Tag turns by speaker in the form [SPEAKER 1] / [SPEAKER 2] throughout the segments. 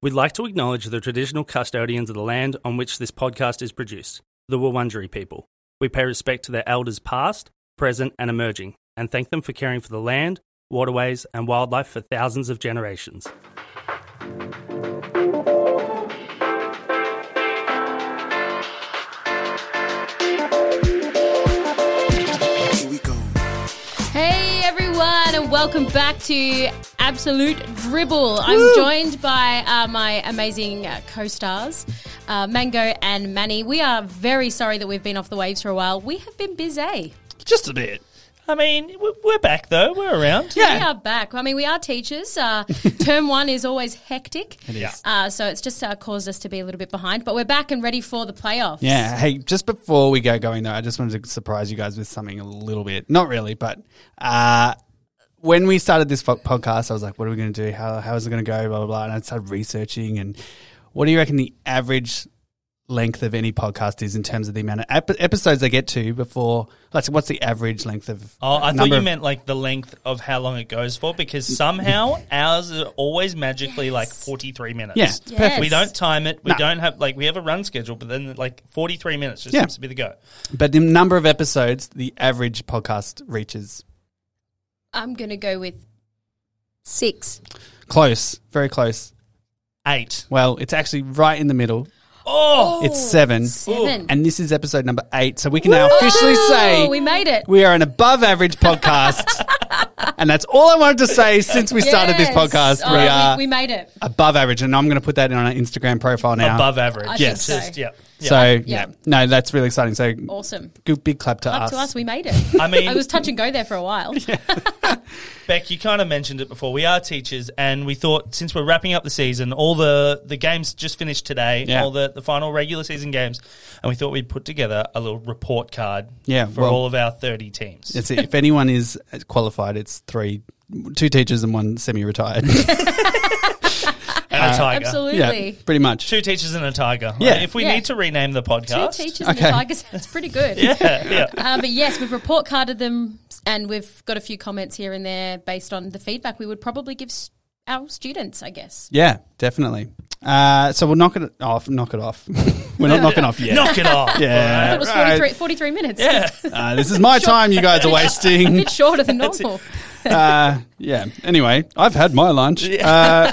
[SPEAKER 1] We'd like to acknowledge the traditional custodians of the land on which this podcast is produced, the Wurundjeri people. We pay respect to their elders past, present, and emerging, and thank them for caring for the land, waterways, and wildlife for thousands of generations.
[SPEAKER 2] Here we go.
[SPEAKER 3] Hey everyone, and welcome back to Absolute Dribble. I'm joined by uh, my amazing uh, co-stars, uh, Mango and Manny. We are very sorry that we've been off the waves for a while. We have been busy.
[SPEAKER 4] Just a bit. I mean, we- we're back though. We're around. Yeah.
[SPEAKER 3] We are back. I mean, we are teachers. Uh, term one is always hectic, uh, so it's just uh, caused us to be a little bit behind. But we're back and ready for the playoffs.
[SPEAKER 5] Yeah. Hey, just before we go going though, I just wanted to surprise you guys with something a little bit. Not really, but uh, when we started this fo- podcast, I was like, "What are we going to do? How how is it going to go?" Blah blah blah. And I started researching. And what do you reckon the average length of any podcast is in terms of the amount of ep- episodes they get to before? Let's. What's the average length of?
[SPEAKER 4] Oh, I thought
[SPEAKER 5] number
[SPEAKER 4] you
[SPEAKER 5] of-
[SPEAKER 4] meant like the length of how long it goes for because somehow ours are always magically like 43 minutes.
[SPEAKER 5] Yeah, it's
[SPEAKER 3] Yes. perfect.
[SPEAKER 4] We don't time it. We
[SPEAKER 5] No.
[SPEAKER 4] don't have like we have a run schedule, but then like 43 minutes just
[SPEAKER 5] Yeah.
[SPEAKER 4] seems to be the go.
[SPEAKER 5] But the number of episodes the average podcast reaches.
[SPEAKER 3] I'm gonna go with six.
[SPEAKER 5] Close, very close.
[SPEAKER 4] Eight.
[SPEAKER 5] Well, it's actually right in the middle.
[SPEAKER 4] Oh,
[SPEAKER 5] It's seven.
[SPEAKER 3] Seven.
[SPEAKER 5] And this is episode number eight. So we can now officially
[SPEAKER 3] Oh,
[SPEAKER 5] say
[SPEAKER 3] we made it.
[SPEAKER 5] we are an above average podcast. and that's all I wanted to say since we started this
[SPEAKER 3] Yes.
[SPEAKER 5] podcast.
[SPEAKER 3] Oh,
[SPEAKER 5] we are
[SPEAKER 3] we made it.
[SPEAKER 5] above average. And I'm going to put that in on our Instagram profile now.
[SPEAKER 4] above average.
[SPEAKER 3] I think
[SPEAKER 4] yes.
[SPEAKER 3] so.
[SPEAKER 4] Just- yeah. yeah.
[SPEAKER 5] So,
[SPEAKER 3] Yeah.
[SPEAKER 5] yeah. No, that's really exciting. So,
[SPEAKER 3] Awesome.
[SPEAKER 5] good big clap to
[SPEAKER 3] Up
[SPEAKER 5] us.
[SPEAKER 3] to us, we made it.
[SPEAKER 4] I mean-
[SPEAKER 3] it was touch and go there for a while.
[SPEAKER 4] Beck, you kind of mentioned it before. We are teachers, and we thought since we're wrapping up the season, all the, the games just finished today,
[SPEAKER 5] Yeah.
[SPEAKER 4] all the, the final regular season games, and we thought we'd put together a little report card
[SPEAKER 5] Yeah,
[SPEAKER 4] for
[SPEAKER 5] well-
[SPEAKER 4] all of our 30 teams.
[SPEAKER 5] That's it. If anyone is qualified, it's three, two teachers and one semi retired.
[SPEAKER 4] and a tiger.
[SPEAKER 3] Absolutely.
[SPEAKER 5] yeah, pretty much.
[SPEAKER 4] Two teachers and a tiger.
[SPEAKER 5] Uh, Yeah.
[SPEAKER 4] Like, if we
[SPEAKER 3] Yeah.
[SPEAKER 4] need to rename the podcast.
[SPEAKER 3] Two teachers and a
[SPEAKER 5] Okay.
[SPEAKER 3] tiger sounds pretty good.
[SPEAKER 4] Yeah, yeah.
[SPEAKER 3] Uh, but yes, we've report carded them and we've got a few comments here and there based on the feedback we would probably give s- our students, I guess.
[SPEAKER 5] Yeah, definitely. Uh, so we'll knock it off. Knock it off. We're not knocking off yet.
[SPEAKER 4] Knock it off.
[SPEAKER 5] Yeah.
[SPEAKER 3] It was 43, 43 minutes.
[SPEAKER 4] Yeah.
[SPEAKER 5] Uh, this is my time. You guys are
[SPEAKER 3] A
[SPEAKER 5] wasting.
[SPEAKER 3] bit shorter than normal.
[SPEAKER 5] Uh, yeah. Anyway, I've had my lunch. Uh,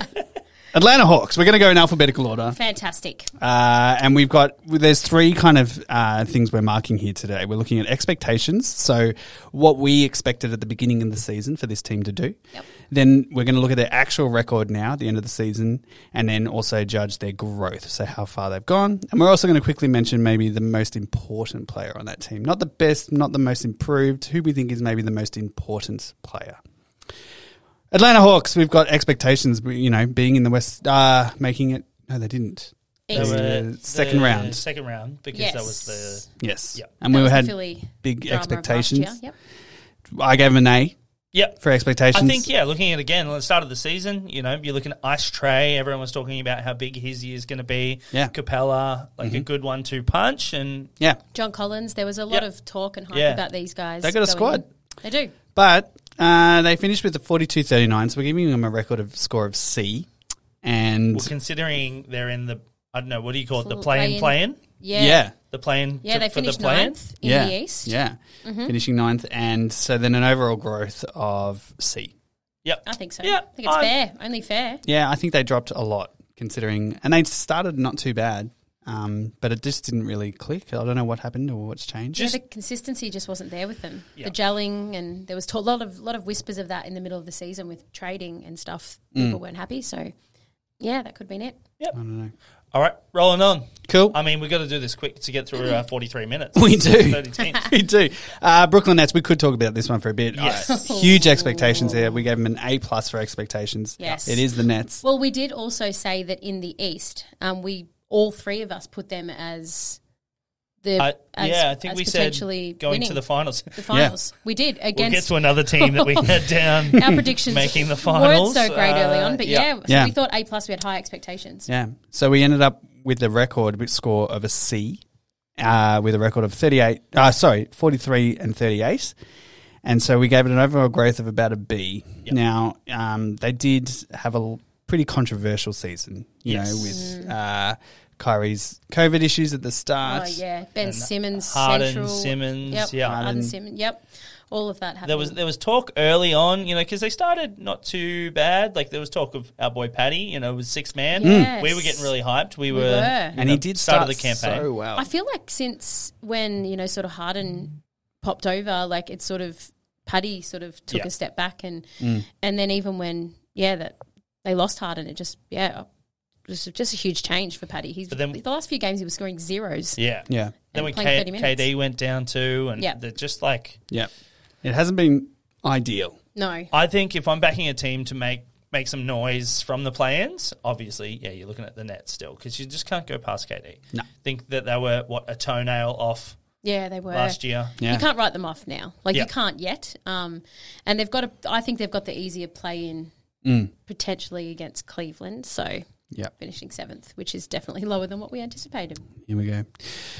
[SPEAKER 5] Atlanta Hawks. We're going to go in alphabetical order,
[SPEAKER 3] Fantastic.
[SPEAKER 5] uh, and we've got there's three kind of uh, things we're marking here today. We're looking at expectations, so what we expected at the beginning of the season for this team to do.
[SPEAKER 3] Yep.
[SPEAKER 5] Then we're going to look at their actual record now at the end of the season, and then also judge their growth, so how far they've gone. And we're also going to quickly mention maybe the most important player on that team, not the best, not the most improved, who we think is maybe the most important player. Atlanta Hawks, we've got expectations, you know, being in the West, uh, making it. No, they didn't.
[SPEAKER 3] East.
[SPEAKER 5] They were second
[SPEAKER 4] the
[SPEAKER 5] round.
[SPEAKER 4] Second round, because
[SPEAKER 3] Yes.
[SPEAKER 4] that was
[SPEAKER 5] Yes.
[SPEAKER 4] Yeah.
[SPEAKER 5] And
[SPEAKER 3] That
[SPEAKER 5] we
[SPEAKER 3] was the
[SPEAKER 5] had
[SPEAKER 3] Philly
[SPEAKER 5] big
[SPEAKER 3] drama of last
[SPEAKER 5] expectations.
[SPEAKER 3] year. Yep.
[SPEAKER 5] I gave them an A
[SPEAKER 4] the. Yep.
[SPEAKER 5] for expectations.
[SPEAKER 4] I think, yeah, looking at again, at the start of the season, you know, you're looking at Ice Tray. Everyone was talking about how big his year is going to be.
[SPEAKER 5] Yeah. Mm-hmm.
[SPEAKER 4] Capella, like a good one two punch. And
[SPEAKER 5] Yeah.
[SPEAKER 3] John Collins, there was a lot
[SPEAKER 4] Yep.
[SPEAKER 3] of talk and hype
[SPEAKER 4] Yeah.
[SPEAKER 3] about these guys.
[SPEAKER 5] They got
[SPEAKER 3] going
[SPEAKER 5] a squad.
[SPEAKER 3] in. They do.
[SPEAKER 5] But uh, they finished with a 42 39, so we're giving them a record of score of C. And
[SPEAKER 4] well, considering they're in the, I don't know, what do you call it? The
[SPEAKER 3] Full
[SPEAKER 4] play in,
[SPEAKER 3] play-in.
[SPEAKER 4] play in?
[SPEAKER 3] Yeah.
[SPEAKER 5] yeah. Yeah.
[SPEAKER 4] The play in.
[SPEAKER 3] Yeah, they
[SPEAKER 4] for the
[SPEAKER 3] finished
[SPEAKER 4] play-in?
[SPEAKER 3] ninth in
[SPEAKER 5] yeah.
[SPEAKER 3] the East. Mm-hmm.
[SPEAKER 5] Finishing ninth. And so then an overall growth of C.
[SPEAKER 4] Yep.
[SPEAKER 3] I think so.
[SPEAKER 4] Yeah,
[SPEAKER 3] I think it's
[SPEAKER 4] I'm-
[SPEAKER 3] fair. Only fair.
[SPEAKER 5] Yeah, I think they dropped a lot considering. And they started not too bad, um, but it just didn't really click. I don't know what happened or what's changed.
[SPEAKER 3] Yeah,
[SPEAKER 4] Just-
[SPEAKER 3] the consistency just wasn't there with them.
[SPEAKER 4] Yeah.
[SPEAKER 3] The gelling, and there was a lot of lot of whispers of that in the middle of the season with trading and stuff. People weren't happy, so yeah, that could have been it.
[SPEAKER 5] I don't know.
[SPEAKER 4] All right, rolling on.
[SPEAKER 5] Cool.
[SPEAKER 4] I mean, we've got to do this quick to get through uh, 43 minutes.
[SPEAKER 5] We do.
[SPEAKER 4] 30 teams.
[SPEAKER 5] we do. Uh, Brooklyn Nets. We could talk about this one for a bit.
[SPEAKER 4] Yes.
[SPEAKER 5] Uh, huge expectations here. We gave them an A plus for expectations.
[SPEAKER 3] Yes.
[SPEAKER 5] it is the Nets.
[SPEAKER 3] Well, we did also say that in the East, um, we all three of us put them as the
[SPEAKER 4] I,
[SPEAKER 3] as,
[SPEAKER 4] Uh, yeah, I think
[SPEAKER 3] as
[SPEAKER 4] we said
[SPEAKER 3] potentially
[SPEAKER 4] going
[SPEAKER 3] winning
[SPEAKER 4] to the finals.
[SPEAKER 3] the finals. We did
[SPEAKER 4] We'll get
[SPEAKER 3] against
[SPEAKER 4] to another team that we had down.
[SPEAKER 3] our predictions
[SPEAKER 4] making the finals.
[SPEAKER 3] weren't so great early
[SPEAKER 4] Uh,
[SPEAKER 3] on, but
[SPEAKER 4] yeah.
[SPEAKER 3] yeah, so
[SPEAKER 5] Yeah.
[SPEAKER 3] we thought A plus. We had high expectations.
[SPEAKER 5] Yeah. So we ended up with a record with score of a C, uh, with a record of thirty eight. Uh, sorry, forty three and thirty eight. And so we gave it an overall growth of about a B. Now um, they did have a l- pretty controversial season, you know,
[SPEAKER 4] Yes.
[SPEAKER 5] with uh, Kyrie's COVID issues at the start.
[SPEAKER 3] Oh yeah, Ben Simmons,
[SPEAKER 4] Harden,
[SPEAKER 3] Central.
[SPEAKER 4] Simmons,
[SPEAKER 3] yep.
[SPEAKER 4] yeah.
[SPEAKER 3] Harden,
[SPEAKER 5] Harden.
[SPEAKER 3] Simmons, yep. All of that happened.
[SPEAKER 4] There was there was talk early on, you know, because they started not too bad. Like there was talk of our boy Patty, you know, was six man.
[SPEAKER 3] Yes.
[SPEAKER 4] We were getting really hyped. We were,
[SPEAKER 3] were.
[SPEAKER 4] you
[SPEAKER 5] And
[SPEAKER 4] know,
[SPEAKER 5] he did
[SPEAKER 4] started
[SPEAKER 5] start
[SPEAKER 4] the campaign.
[SPEAKER 5] so well.
[SPEAKER 3] I feel like since when you know sort of Harden popped over, like it sort of Paddy sort of took
[SPEAKER 4] Yeah. Mm.
[SPEAKER 3] a step back, and and then even when yeah that they lost Harden, it just yeah. it was just a huge change for Paddy. He's
[SPEAKER 4] But then-
[SPEAKER 3] the last few games he was scoring zeros.
[SPEAKER 4] yeah,
[SPEAKER 5] yeah,
[SPEAKER 4] Then when
[SPEAKER 3] playing
[SPEAKER 4] K-
[SPEAKER 3] 30 minutes.
[SPEAKER 4] KD went down too, and
[SPEAKER 3] Yeah.
[SPEAKER 4] they're just like
[SPEAKER 5] yeah. It hasn't been ideal.
[SPEAKER 3] No,
[SPEAKER 4] I think if I'm backing a team to make make some noise from the play-ins, obviously, yeah, you're looking at the net still because you just can't go past KD.
[SPEAKER 5] No.
[SPEAKER 4] Think that they were what a toenail off
[SPEAKER 3] yeah, they were
[SPEAKER 4] last year.
[SPEAKER 5] Yeah.
[SPEAKER 3] You can't write them off now. Like
[SPEAKER 4] Yeah.
[SPEAKER 3] you can't yet. Um, and they've got a. I think they've got the easier play in
[SPEAKER 4] Mm.
[SPEAKER 3] potentially against Cleveland. So
[SPEAKER 5] Yep.
[SPEAKER 3] finishing seventh, which is definitely lower than what we anticipated.
[SPEAKER 5] Here we go.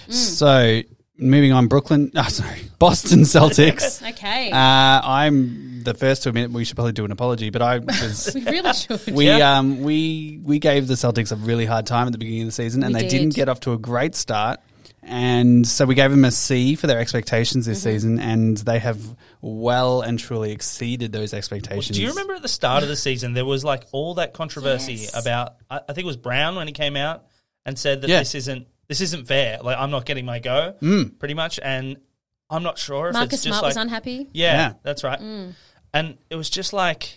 [SPEAKER 5] So moving on, Brooklyn. Oh, sorry, Boston Celtics.
[SPEAKER 3] Okay,
[SPEAKER 5] uh, I'm the first to admit we should probably do an apology, but I was.
[SPEAKER 3] we really should.
[SPEAKER 5] We um we we gave the Celtics a really hard time at the beginning of the season, and
[SPEAKER 3] We
[SPEAKER 5] they
[SPEAKER 3] did.
[SPEAKER 5] didn't get off to a great start. And so we gave them a C for their expectations this season, and they have well and truly exceeded those expectations.
[SPEAKER 4] Do you remember at the start of the season there was like all that controversy
[SPEAKER 3] Yes.
[SPEAKER 4] about? I, I think it was Brown when he came out and said that
[SPEAKER 5] Yeah.
[SPEAKER 4] this isn't this isn't fair. Like I'm not getting my go,
[SPEAKER 5] Mm.
[SPEAKER 4] pretty much, and I'm not sure if
[SPEAKER 3] Marcus
[SPEAKER 4] it's just
[SPEAKER 3] Smart
[SPEAKER 4] like
[SPEAKER 3] was unhappy.
[SPEAKER 4] yeah,
[SPEAKER 5] Yeah.
[SPEAKER 4] that's right.
[SPEAKER 3] Mm.
[SPEAKER 4] And it was just like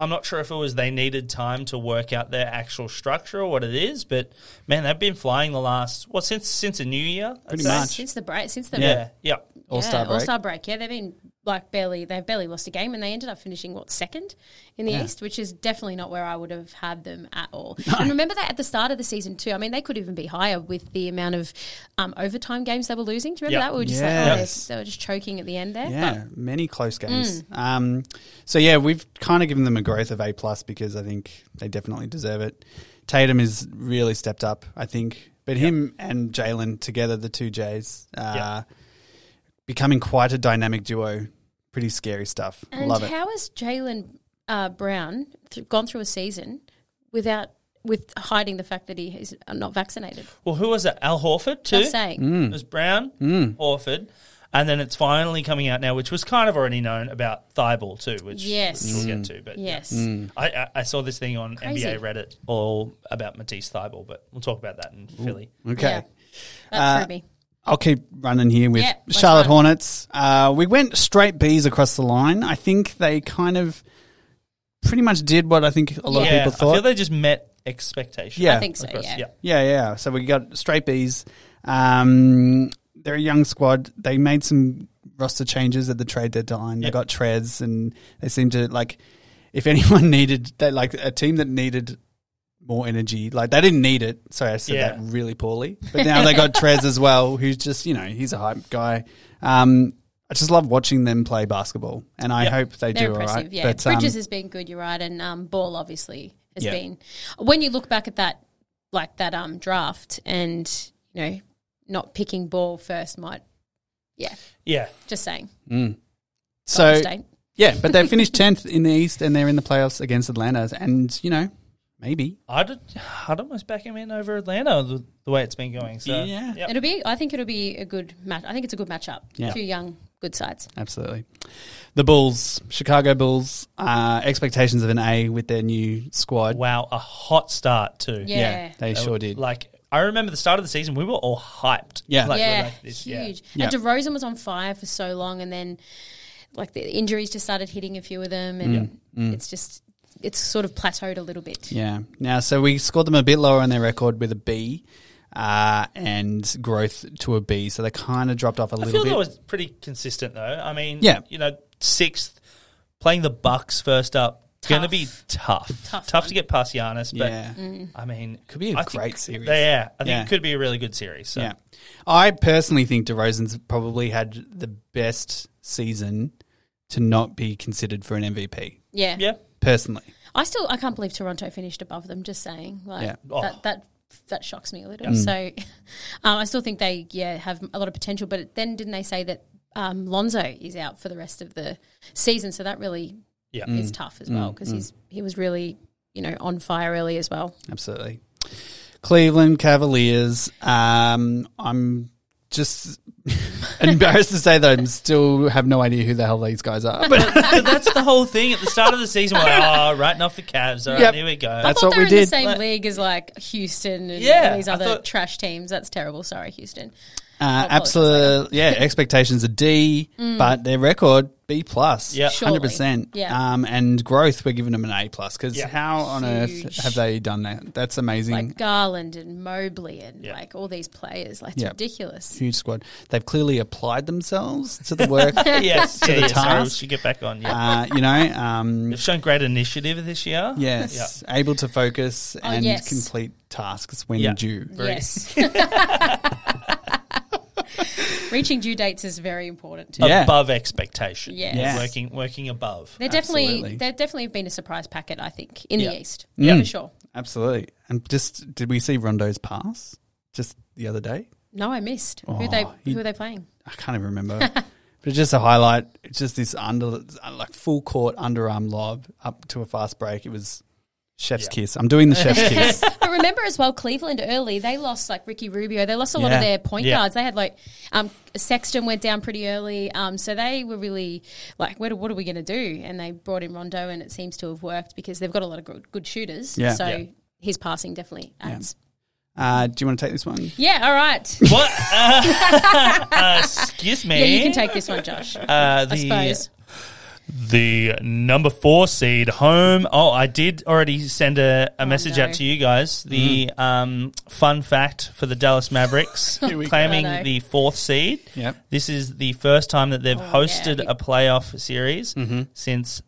[SPEAKER 4] I'm not sure if it was they needed time to work out their actual structure or what it is, but man, they've been flying the last well since since a new year, I'd
[SPEAKER 5] Pretty
[SPEAKER 4] say.
[SPEAKER 5] much.
[SPEAKER 3] Since the break, since the
[SPEAKER 4] Yeah, yeah,
[SPEAKER 5] All-Star break.
[SPEAKER 3] All Star break. Yeah, they've been like barely. They've barely lost a game, and they ended up finishing what second in the East, which is definitely not where I would have had them at all. And remember that at the start of the season too. I mean, they could even be higher with the amount of um, overtime games they were losing. Do you remember
[SPEAKER 4] Yeah.
[SPEAKER 3] that? We were just like, oh,
[SPEAKER 5] Yes.
[SPEAKER 3] they they were just choking at the end there.
[SPEAKER 5] Yeah, many close games. Um, so yeah, we've kind of given them a growth of A plus because I think they definitely deserve it. Tatum has really stepped up, I think. But him and Jalen together, the two J's, uh,
[SPEAKER 4] Yeah.
[SPEAKER 5] becoming quite a dynamic duo. Pretty scary stuff.
[SPEAKER 3] And
[SPEAKER 5] Love it.
[SPEAKER 3] how has Jalen uh, Brown th- gone through a season without with hiding the fact that he is uh, not vaccinated?
[SPEAKER 4] Well, who was it? Al Horford too.
[SPEAKER 3] Just saying.
[SPEAKER 5] Mm. Hmm.
[SPEAKER 4] It was Brown, Orford, and then it's finally coming out now, which was kind of already known about Thibault too, which,
[SPEAKER 3] Yes.
[SPEAKER 4] which we'll get to. But yeah.
[SPEAKER 3] Yes.
[SPEAKER 5] Mm. Hmm.
[SPEAKER 4] I, I, I saw this thing on
[SPEAKER 3] Crazy.
[SPEAKER 4] NBA Reddit all about Matisse Thibault, but we'll talk about that in Philly.
[SPEAKER 5] Okay.
[SPEAKER 3] Yeah. That
[SPEAKER 5] Uh,
[SPEAKER 3] threw me.
[SPEAKER 5] I'll keep running here with
[SPEAKER 3] Yeah, let's
[SPEAKER 5] Charlotte
[SPEAKER 3] run.
[SPEAKER 5] Hornets. Uh, we went straight B's across the line. I think they kind of pretty much did what I think a lot
[SPEAKER 4] Yeah,
[SPEAKER 5] of people thought.
[SPEAKER 4] I feel they just met expectations.
[SPEAKER 5] Yeah.
[SPEAKER 3] I think so,
[SPEAKER 4] Across-
[SPEAKER 3] yeah.
[SPEAKER 4] yeah.
[SPEAKER 5] Yeah, yeah. So we got straight B's. Um, they're a young squad. They made some roster changes at the trade deadline. They
[SPEAKER 4] Yep.
[SPEAKER 5] got Trez, and they seem to like. If anyone needed, they like a team that needed more energy. Like they didn't need it. Sorry, I said
[SPEAKER 4] Yeah.
[SPEAKER 5] that really poorly. But now they got Trez as well, who's just you know he's a hype guy. Um, I just love watching them play basketball, and I
[SPEAKER 4] Yep.
[SPEAKER 5] hope they
[SPEAKER 3] They're
[SPEAKER 5] do all
[SPEAKER 3] impressive,
[SPEAKER 5] right.
[SPEAKER 3] yeah.
[SPEAKER 5] um,
[SPEAKER 3] Bridges has been good, you're right, and um, Ball obviously has
[SPEAKER 5] Yeah.
[SPEAKER 3] been. When you look back at that, like that um, draft, and you know, not picking Ball first might. Yeah,
[SPEAKER 4] Yeah.
[SPEAKER 3] just saying.
[SPEAKER 5] mm. so
[SPEAKER 3] State.
[SPEAKER 5] Yeah, but they finished tenth in the East, and they're in the playoffs against Atlanta. And you know, maybe
[SPEAKER 4] I'd, I'd almost back him in over Atlanta the, the way it's been going. So
[SPEAKER 5] Yeah.
[SPEAKER 4] yep.
[SPEAKER 3] it'll be. I think it'll be a good match. I think it's a good matchup.
[SPEAKER 5] Yeah.
[SPEAKER 3] Two young, good sides.
[SPEAKER 5] absolutely. The Bulls, Chicago Bulls, uh, expectations of an A with their new squad.
[SPEAKER 4] wow, a hot start too.
[SPEAKER 3] Yeah.
[SPEAKER 5] they sure did.
[SPEAKER 4] Like I remember the start of the season, we were all hyped.
[SPEAKER 5] Yeah.
[SPEAKER 4] Like, we're
[SPEAKER 3] yeah,
[SPEAKER 4] like this- yeah.
[SPEAKER 3] huge.
[SPEAKER 5] Yeah.
[SPEAKER 3] And DeRozan was on fire for so long, and then like the injuries just started hitting a few of them, and
[SPEAKER 5] Mm.
[SPEAKER 3] it's just it's sort of plateaued a little bit.
[SPEAKER 5] Yeah. Now, so we scored them a bit lower on their record with a B, uh, and growth to a B. So they kind of dropped off a
[SPEAKER 4] I
[SPEAKER 5] little
[SPEAKER 4] feel
[SPEAKER 5] bit.
[SPEAKER 4] that was pretty consistent though. I mean,
[SPEAKER 5] Yeah.
[SPEAKER 4] you know, sixth playing the Bucks first up, it's going to
[SPEAKER 3] Tough.
[SPEAKER 4] be tough,
[SPEAKER 3] Tough one.
[SPEAKER 4] to get past Giannis. But
[SPEAKER 5] yeah.
[SPEAKER 4] I mean, could
[SPEAKER 5] be a
[SPEAKER 4] a
[SPEAKER 5] great series.
[SPEAKER 4] Yeah, I think
[SPEAKER 5] Yeah.
[SPEAKER 4] it could be a really good series. So.
[SPEAKER 5] Yeah. I personally think DeRozan's probably had the best season to not be considered for an MVP.
[SPEAKER 3] Yeah,
[SPEAKER 4] yeah,
[SPEAKER 5] Personally.
[SPEAKER 3] I still I can't believe Toronto finished above them. Just saying, like
[SPEAKER 5] Yeah. Mm.
[SPEAKER 4] Oh.
[SPEAKER 3] that that that shocks me a little. So um, I still think they yeah have a lot of potential. But then didn't they say that um, Lonzo is out for the rest of the season? So that really
[SPEAKER 4] Yeah.
[SPEAKER 5] Mm.
[SPEAKER 3] is tough as well because he's he was really you know, on fire early as well.
[SPEAKER 5] Absolutely. Cleveland Cavaliers. Um, I'm just embarrassed to say that I am still have no idea who the hell these guys are. But uh,
[SPEAKER 4] But that's the whole thing. At the start of the season, we're like, oh, writing off the Cavs. All right,
[SPEAKER 5] Yep.
[SPEAKER 4] here we go.
[SPEAKER 5] That's
[SPEAKER 3] I thought they
[SPEAKER 5] what we
[SPEAKER 3] were in the
[SPEAKER 5] did.
[SPEAKER 3] same
[SPEAKER 4] Like-
[SPEAKER 3] league as like Houston and
[SPEAKER 4] Yeah,
[SPEAKER 3] all these
[SPEAKER 4] I
[SPEAKER 3] other
[SPEAKER 4] thought-
[SPEAKER 3] trash teams. That's terrible. Sorry, Houston. I
[SPEAKER 5] uh,
[SPEAKER 3] apologise, I
[SPEAKER 5] absolutely, yeah. Expectations are D, but their record B plus.
[SPEAKER 4] Yeah.
[SPEAKER 5] hundred percent.
[SPEAKER 3] Mm. Surely, yeah.
[SPEAKER 5] Um, and growth, we're giving them an A plus because
[SPEAKER 4] Yeah.
[SPEAKER 5] how on earth
[SPEAKER 3] Huge.
[SPEAKER 5] have they done that? That's amazing.
[SPEAKER 3] Like Garland and Mobley and
[SPEAKER 4] Yeah.
[SPEAKER 3] like all these players. Like it's
[SPEAKER 5] Yeah.
[SPEAKER 3] ridiculous.
[SPEAKER 5] Huge squad. They've clearly applied themselves to the work.
[SPEAKER 4] yes, yeah,
[SPEAKER 5] the
[SPEAKER 4] yeah, sorry, we
[SPEAKER 5] task.
[SPEAKER 4] should get back on. Yeah.
[SPEAKER 5] uh, you know, um,
[SPEAKER 4] They've shown great initiative this year.
[SPEAKER 5] Yes, able to focus and
[SPEAKER 3] Oh, yes.
[SPEAKER 5] complete tasks when
[SPEAKER 4] Yeah.
[SPEAKER 5] due.
[SPEAKER 3] Yes. Reaching due dates is very important too.
[SPEAKER 5] Yeah.
[SPEAKER 4] Above expectation.
[SPEAKER 3] Yes.
[SPEAKER 5] Yes.
[SPEAKER 4] Working working above.
[SPEAKER 3] They're definitely
[SPEAKER 5] Absolutely. Mm.
[SPEAKER 3] they're definitely been a surprise packet, I think, in
[SPEAKER 4] Yeah.
[SPEAKER 3] the East.
[SPEAKER 5] Yeah.
[SPEAKER 3] For sure.
[SPEAKER 5] Absolutely. And just did we see Rondo's pass just the other day?
[SPEAKER 3] No, I missed. who they
[SPEAKER 5] he-
[SPEAKER 3] who are they playing?
[SPEAKER 5] I can't even remember. but it's just a highlight. It's just this under like full court underarm lob up to a fast break. It was chef's kiss. I'm doing the chef's kiss.
[SPEAKER 3] but remember as well, Cleveland early, they lost like Ricky Rubio. They lost a lot
[SPEAKER 5] Yeah.
[SPEAKER 3] of their point
[SPEAKER 4] Yeah.
[SPEAKER 3] guards. They had like um, Sexton went down pretty early. Um, so they were really like, what, what are we going to do? And they brought in Rondo, and it seems to have worked because they've got a lot of good, good shooters.
[SPEAKER 5] Yeah.
[SPEAKER 3] So
[SPEAKER 4] Yeah.
[SPEAKER 3] his passing definitely adds.
[SPEAKER 5] Uh, do you want to take this one?
[SPEAKER 3] Yeah, all right.
[SPEAKER 4] What? Uh, uh, excuse me.
[SPEAKER 3] Yeah, you can take this one, Josh.
[SPEAKER 4] uh, the
[SPEAKER 3] I suppose.
[SPEAKER 4] the number four seed home. Oh, I did already send a, a message
[SPEAKER 3] Oh, no.
[SPEAKER 4] out to you guys. The um, fun fact for the Dallas Mavericks
[SPEAKER 5] we go.
[SPEAKER 4] claiming
[SPEAKER 3] Oh, no.
[SPEAKER 4] the fourth seed.
[SPEAKER 5] Yep.
[SPEAKER 4] This is the first time that they've hosted
[SPEAKER 3] Oh, yeah.
[SPEAKER 4] a playoff series since.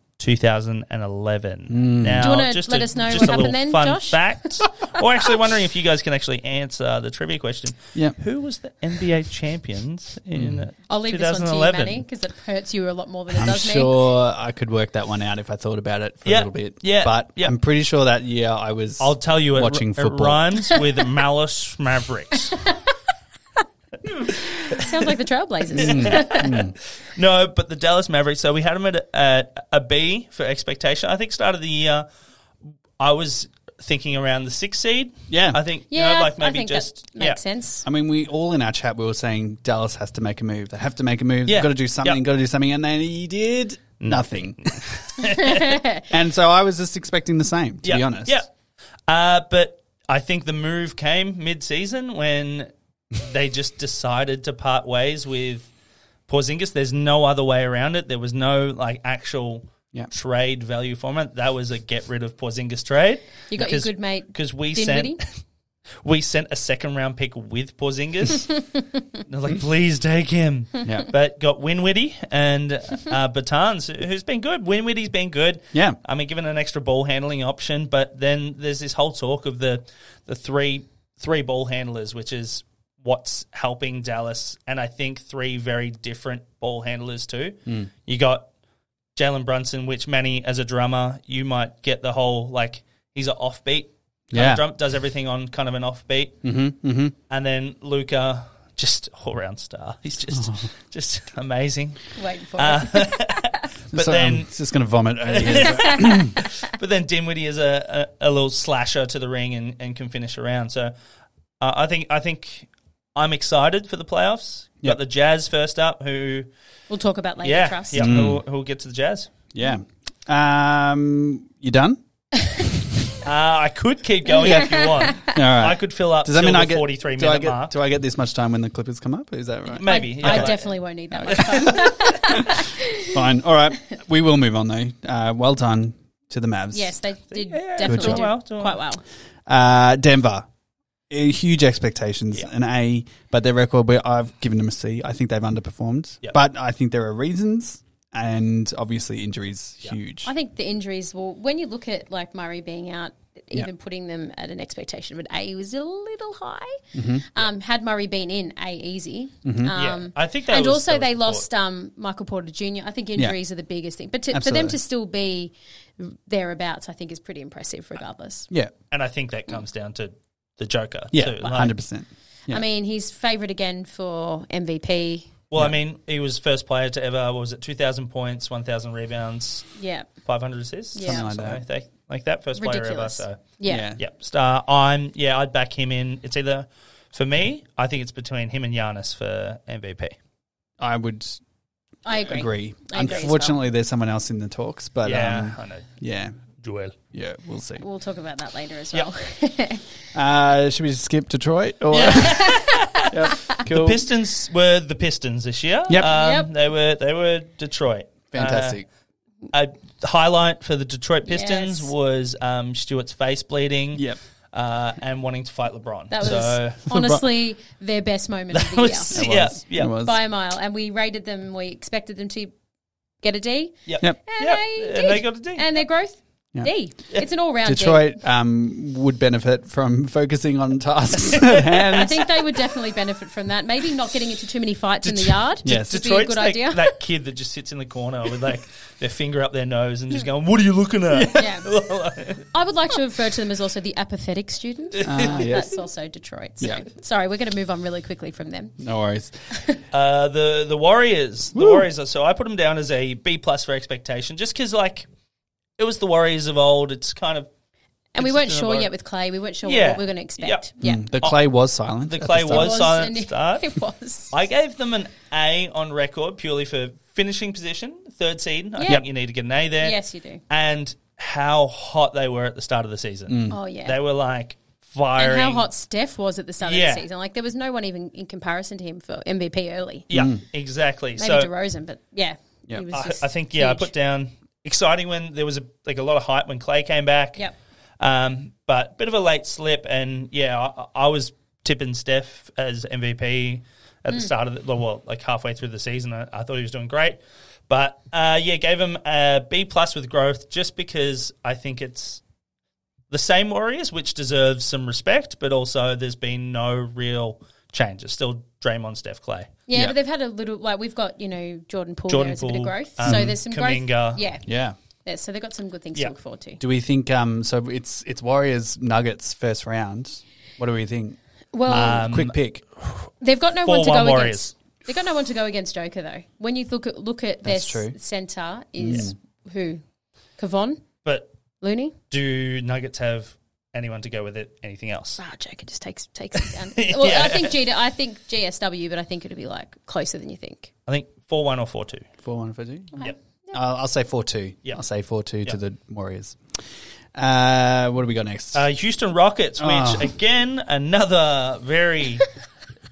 [SPEAKER 4] 2011. Now,
[SPEAKER 3] Do you wanna
[SPEAKER 4] just
[SPEAKER 3] let
[SPEAKER 4] a,
[SPEAKER 3] us know
[SPEAKER 4] just
[SPEAKER 3] what
[SPEAKER 4] a little
[SPEAKER 3] happened then,
[SPEAKER 4] fun
[SPEAKER 3] Josh?
[SPEAKER 4] fact, or actually wondering if you guys can actually answer the trivia question.
[SPEAKER 5] Yeah.
[SPEAKER 4] Who was the NBA champions in
[SPEAKER 3] I'll leave this one to you,
[SPEAKER 4] 2011?
[SPEAKER 3] Manny, because it hurts you a lot more than it
[SPEAKER 5] I'm
[SPEAKER 3] does me.
[SPEAKER 5] sure I could work that one out if I thought about it for a
[SPEAKER 4] Yeah,
[SPEAKER 5] little bit.
[SPEAKER 4] yeah,
[SPEAKER 5] But
[SPEAKER 4] yeah.
[SPEAKER 5] I'm pretty sure that year I was
[SPEAKER 4] I'll tell you, it,
[SPEAKER 5] watching
[SPEAKER 4] it
[SPEAKER 5] football.
[SPEAKER 4] rhymes with Malice Mavericks.
[SPEAKER 3] Sounds like the Trailblazers.
[SPEAKER 4] Mm. No, but the Dallas Mavericks. So we had them at a, at a B for expectation. I think start of the year, I was thinking around the sixth seed.
[SPEAKER 5] Yeah.
[SPEAKER 4] I think you
[SPEAKER 3] Yeah,
[SPEAKER 4] know, like
[SPEAKER 3] I
[SPEAKER 4] maybe
[SPEAKER 3] think
[SPEAKER 4] just
[SPEAKER 3] that makes
[SPEAKER 4] yeah.
[SPEAKER 3] sense.
[SPEAKER 5] I mean, we all in our chat we were saying Dallas has to make a move. They have to make a move.
[SPEAKER 4] Yeah.
[SPEAKER 5] They've got to do something.
[SPEAKER 4] Yep.
[SPEAKER 5] Got to do something, and then he did nothing. and so I was just expecting the same, to
[SPEAKER 4] yeah,
[SPEAKER 5] be honest.
[SPEAKER 4] yeah. Uh, but I think the move came mid-season when they just decided to part ways with Porzingis. There's no other way around it. There was no like actual.
[SPEAKER 5] Yeah.
[SPEAKER 4] Trade value format. That was a get rid of Porzingis trade.
[SPEAKER 3] You got your good mate,
[SPEAKER 4] because we
[SPEAKER 3] Dinwiddie?
[SPEAKER 4] sent we sent a second round pick with Porzingis. They're like, please take him.
[SPEAKER 5] Yeah.
[SPEAKER 4] But got Winwitty and uh, Batans, who's been good. Winwitty's been good.
[SPEAKER 5] Yeah.
[SPEAKER 4] I mean, given an extra ball handling option, but then there's this whole talk of the the three three ball handlers, which is what's helping Dallas, and I think three very different ball handlers too. You got Jalen Brunson, which Manny as a drummer, you might get the whole like he's an offbeat. kind of
[SPEAKER 5] Yeah. Hmm.
[SPEAKER 4] drum, does everything on kind of an offbeat, mm-hmm, and then Luca, just all round star. He's just just amazing.
[SPEAKER 3] waiting for
[SPEAKER 4] uh,
[SPEAKER 3] it.
[SPEAKER 4] But
[SPEAKER 5] so
[SPEAKER 4] then
[SPEAKER 5] I'm just going to vomit. Over here.
[SPEAKER 4] But then Dinwiddie is a, a, a little slasher to the ring and, and can finish around. So uh, I think I think I'm excited for the playoffs.
[SPEAKER 5] Yep.
[SPEAKER 4] Got the Jazz first up. Who
[SPEAKER 3] We'll talk about later,
[SPEAKER 4] yeah
[SPEAKER 3] trust.
[SPEAKER 4] yeah who
[SPEAKER 5] Mm.
[SPEAKER 4] who will get to the Jazz?
[SPEAKER 5] yeah. Um, you done?
[SPEAKER 4] Uh, I could keep going if you want.
[SPEAKER 5] All right.
[SPEAKER 4] I could fill up.
[SPEAKER 5] Does that mean I get
[SPEAKER 4] 43
[SPEAKER 5] do I
[SPEAKER 4] minute
[SPEAKER 5] get
[SPEAKER 4] mark?
[SPEAKER 5] do I get this much time when the Clippers come up? Is that right?
[SPEAKER 4] Maybe
[SPEAKER 3] I,
[SPEAKER 4] yeah.
[SPEAKER 3] I
[SPEAKER 4] Like-
[SPEAKER 3] definitely won't need that much time.
[SPEAKER 4] Mm.
[SPEAKER 5] Fine. All right. We will move on though. Uh, well done to the Mavs.
[SPEAKER 3] Yes, they did
[SPEAKER 4] yeah,
[SPEAKER 3] definitely
[SPEAKER 5] doing
[SPEAKER 3] do
[SPEAKER 4] well, doing
[SPEAKER 3] quite well.
[SPEAKER 5] Uh, Denver. Uh, Huge expectations,
[SPEAKER 4] Yeah.
[SPEAKER 5] an A, but their record, where I've given them a C. I think they've underperformed,
[SPEAKER 4] Yeah.
[SPEAKER 5] but I think there are reasons, and obviously injuries huge.
[SPEAKER 3] I think the injuries will, when you look at like Murray being out, even putting them at an expectation of an A was a little high. Um, had Murray been in A easy, um,
[SPEAKER 4] Mm-hmm. Yeah. I think that
[SPEAKER 3] and
[SPEAKER 4] was-
[SPEAKER 3] also
[SPEAKER 4] that was
[SPEAKER 3] they
[SPEAKER 4] the
[SPEAKER 3] lost um, Michael Porter Jr. I think injuries are the biggest thing, but to, for them
[SPEAKER 5] Absolutely.
[SPEAKER 3] to still be thereabouts, I think is pretty impressive, regardless.
[SPEAKER 5] yeah,
[SPEAKER 4] and I think that comes down to the Joker.
[SPEAKER 5] yeah,
[SPEAKER 4] too. Like,
[SPEAKER 5] hundred percent. Yeah.
[SPEAKER 3] I mean, he's favourite again for MVP.
[SPEAKER 4] Well, I mean, he was first player to ever what was it two thousand points, one thousand rebounds,
[SPEAKER 3] Yeah,
[SPEAKER 4] five hundred assists,
[SPEAKER 3] Yeah. Something
[SPEAKER 5] like
[SPEAKER 4] So
[SPEAKER 5] that.
[SPEAKER 4] They like that first
[SPEAKER 3] Ridiculous.
[SPEAKER 4] player ever. So
[SPEAKER 3] Yeah.
[SPEAKER 5] Yeah.
[SPEAKER 4] Yep. Star. I'm yeah. I'd back him in. It's either for me. I think it's between him and Giannis for MVP.
[SPEAKER 5] I would
[SPEAKER 3] I agree.
[SPEAKER 5] agree.
[SPEAKER 3] I agree as
[SPEAKER 5] Unfortunately, there's someone else in the talks, but
[SPEAKER 4] yeah,
[SPEAKER 5] um,
[SPEAKER 4] I know.
[SPEAKER 5] yeah,
[SPEAKER 4] Joel.
[SPEAKER 5] yeah, we'll see.
[SPEAKER 3] We'll talk about that later as
[SPEAKER 4] Yep.
[SPEAKER 3] well.
[SPEAKER 5] Uh, should we skip Detroit? Or Yep, cool.
[SPEAKER 4] The Pistons were the Pistons this year.
[SPEAKER 5] Yep.
[SPEAKER 4] Um,
[SPEAKER 3] Yep.
[SPEAKER 4] They were. They were Detroit.
[SPEAKER 5] Fantastic.
[SPEAKER 4] Uh, a highlight for the Detroit Pistons
[SPEAKER 3] Yes.
[SPEAKER 4] was um, Stewart's face bleeding.
[SPEAKER 5] Yep.
[SPEAKER 4] Uh, and wanting to fight LeBron.
[SPEAKER 3] That was
[SPEAKER 4] so,
[SPEAKER 3] honestly their best moment of the
[SPEAKER 4] was-
[SPEAKER 3] year.
[SPEAKER 4] yeah,
[SPEAKER 5] It
[SPEAKER 4] yeah,
[SPEAKER 5] was.
[SPEAKER 3] By a mile. And we rated them, we expected them to get a D.
[SPEAKER 5] Yep.
[SPEAKER 4] yep.
[SPEAKER 3] And,
[SPEAKER 4] Yep,
[SPEAKER 3] they,
[SPEAKER 4] and
[SPEAKER 3] did.
[SPEAKER 4] they got a D.
[SPEAKER 3] And their growth?
[SPEAKER 5] Yeah.
[SPEAKER 3] D. It's an all round
[SPEAKER 5] Detroit um, would benefit from focusing on tasks at
[SPEAKER 3] I
[SPEAKER 5] hand.
[SPEAKER 3] think they would definitely benefit from that. Maybe not getting into too many fights in the yard
[SPEAKER 5] Yes.
[SPEAKER 3] would be a
[SPEAKER 4] Detroit's
[SPEAKER 3] good
[SPEAKER 4] that,
[SPEAKER 3] idea.
[SPEAKER 4] that kid that just sits in the corner with like their finger up their nose and just going, "What are you looking at?"
[SPEAKER 3] yeah. I would like to refer to them as also the apathetic student.
[SPEAKER 5] Ah, yes.
[SPEAKER 3] That's also Detroit. So.
[SPEAKER 5] Yeah.
[SPEAKER 3] Sorry, we're going to move on really quickly from them.
[SPEAKER 5] No worries.
[SPEAKER 4] Uh, the the Warriors, the
[SPEAKER 5] Woo.
[SPEAKER 4] Warriors. are- So I put them down as a B plus for expectation, just because like it was the Warriors of old. It's kind of
[SPEAKER 3] And we
[SPEAKER 4] It's
[SPEAKER 3] weren't
[SPEAKER 4] just
[SPEAKER 3] sure
[SPEAKER 4] another-
[SPEAKER 3] yet with Clay. We weren't sure
[SPEAKER 4] Yeah.
[SPEAKER 3] what we were going to expect.
[SPEAKER 4] Yep.
[SPEAKER 3] Yeah.
[SPEAKER 5] Mm, The clay was silent.
[SPEAKER 4] The
[SPEAKER 5] at
[SPEAKER 4] clay
[SPEAKER 5] start.
[SPEAKER 4] was- silent
[SPEAKER 3] and it-
[SPEAKER 4] start.
[SPEAKER 3] It was.
[SPEAKER 4] I gave them an A on record purely for finishing position, third seed. I
[SPEAKER 3] Yeah.
[SPEAKER 4] think you need to get an A there.
[SPEAKER 3] Yes, you do.
[SPEAKER 4] And how hot they were at the start of the season.
[SPEAKER 3] Oh, yeah.
[SPEAKER 4] They were like firing.
[SPEAKER 3] and how hot Steph was at the start
[SPEAKER 4] Yeah.
[SPEAKER 3] of the season. Like, there was no one even in comparison to him for MVP early.
[SPEAKER 4] Yeah, exactly.
[SPEAKER 3] Maybe
[SPEAKER 4] so
[SPEAKER 3] DeRozan, but yeah.
[SPEAKER 5] Yep.
[SPEAKER 3] He was
[SPEAKER 4] I,
[SPEAKER 3] just
[SPEAKER 4] I think yeah,
[SPEAKER 3] huge.
[SPEAKER 4] I put down exciting when there was a, like a lot of hype when Clay came back.
[SPEAKER 3] Yep.
[SPEAKER 4] Um, but bit of a late slip, and yeah, I, I was tipping Steph as MVP at the start of the well, like halfway through the season. I, I thought he was doing great, but uh, yeah, gave him a B plus with growth just because I think it's the same Warriors, which deserves some respect, but also there's been no real changes. Still Draymond, Steph, Clay.
[SPEAKER 3] Yeah,
[SPEAKER 5] Yeah.
[SPEAKER 3] but they've had a little, like, we've got, you know, Jordan Poole
[SPEAKER 4] Jordan
[SPEAKER 3] there as a bit of
[SPEAKER 4] Poole,
[SPEAKER 3] growth.
[SPEAKER 4] um,
[SPEAKER 3] so there's some
[SPEAKER 4] Kuminga.
[SPEAKER 3] growth. Yeah.
[SPEAKER 5] Yeah.
[SPEAKER 3] yeah. So they've got some good things
[SPEAKER 4] Yeah.
[SPEAKER 3] to look forward to.
[SPEAKER 5] Do we think um, so? It's it's Warriors Nuggets first round. What do we think?
[SPEAKER 3] Well,
[SPEAKER 4] Um,
[SPEAKER 5] Quick pick.
[SPEAKER 3] They've got no one to
[SPEAKER 4] 4-1
[SPEAKER 3] go
[SPEAKER 4] Uh, Warriors.
[SPEAKER 3] against. They've got no one to go against Joker though. When you look at look at their
[SPEAKER 5] That's true.
[SPEAKER 3] center is who, Kavon
[SPEAKER 4] But
[SPEAKER 3] Looney.
[SPEAKER 4] do Nuggets have anyone to go with it? Anything else?
[SPEAKER 3] Ah, Joker just takes takes it down. Well, I think G, I think GSW, but I think it'll be like closer than you think.
[SPEAKER 4] I think four one or four two.
[SPEAKER 5] Four one for two.
[SPEAKER 4] Yep.
[SPEAKER 5] I'll, I'll say four two.
[SPEAKER 4] Yeah.
[SPEAKER 5] I'll say four two
[SPEAKER 4] Yeah.
[SPEAKER 5] to the Warriors. Uh, what do we got next?
[SPEAKER 4] Uh, Houston Rockets, which
[SPEAKER 5] Oh.
[SPEAKER 4] again another very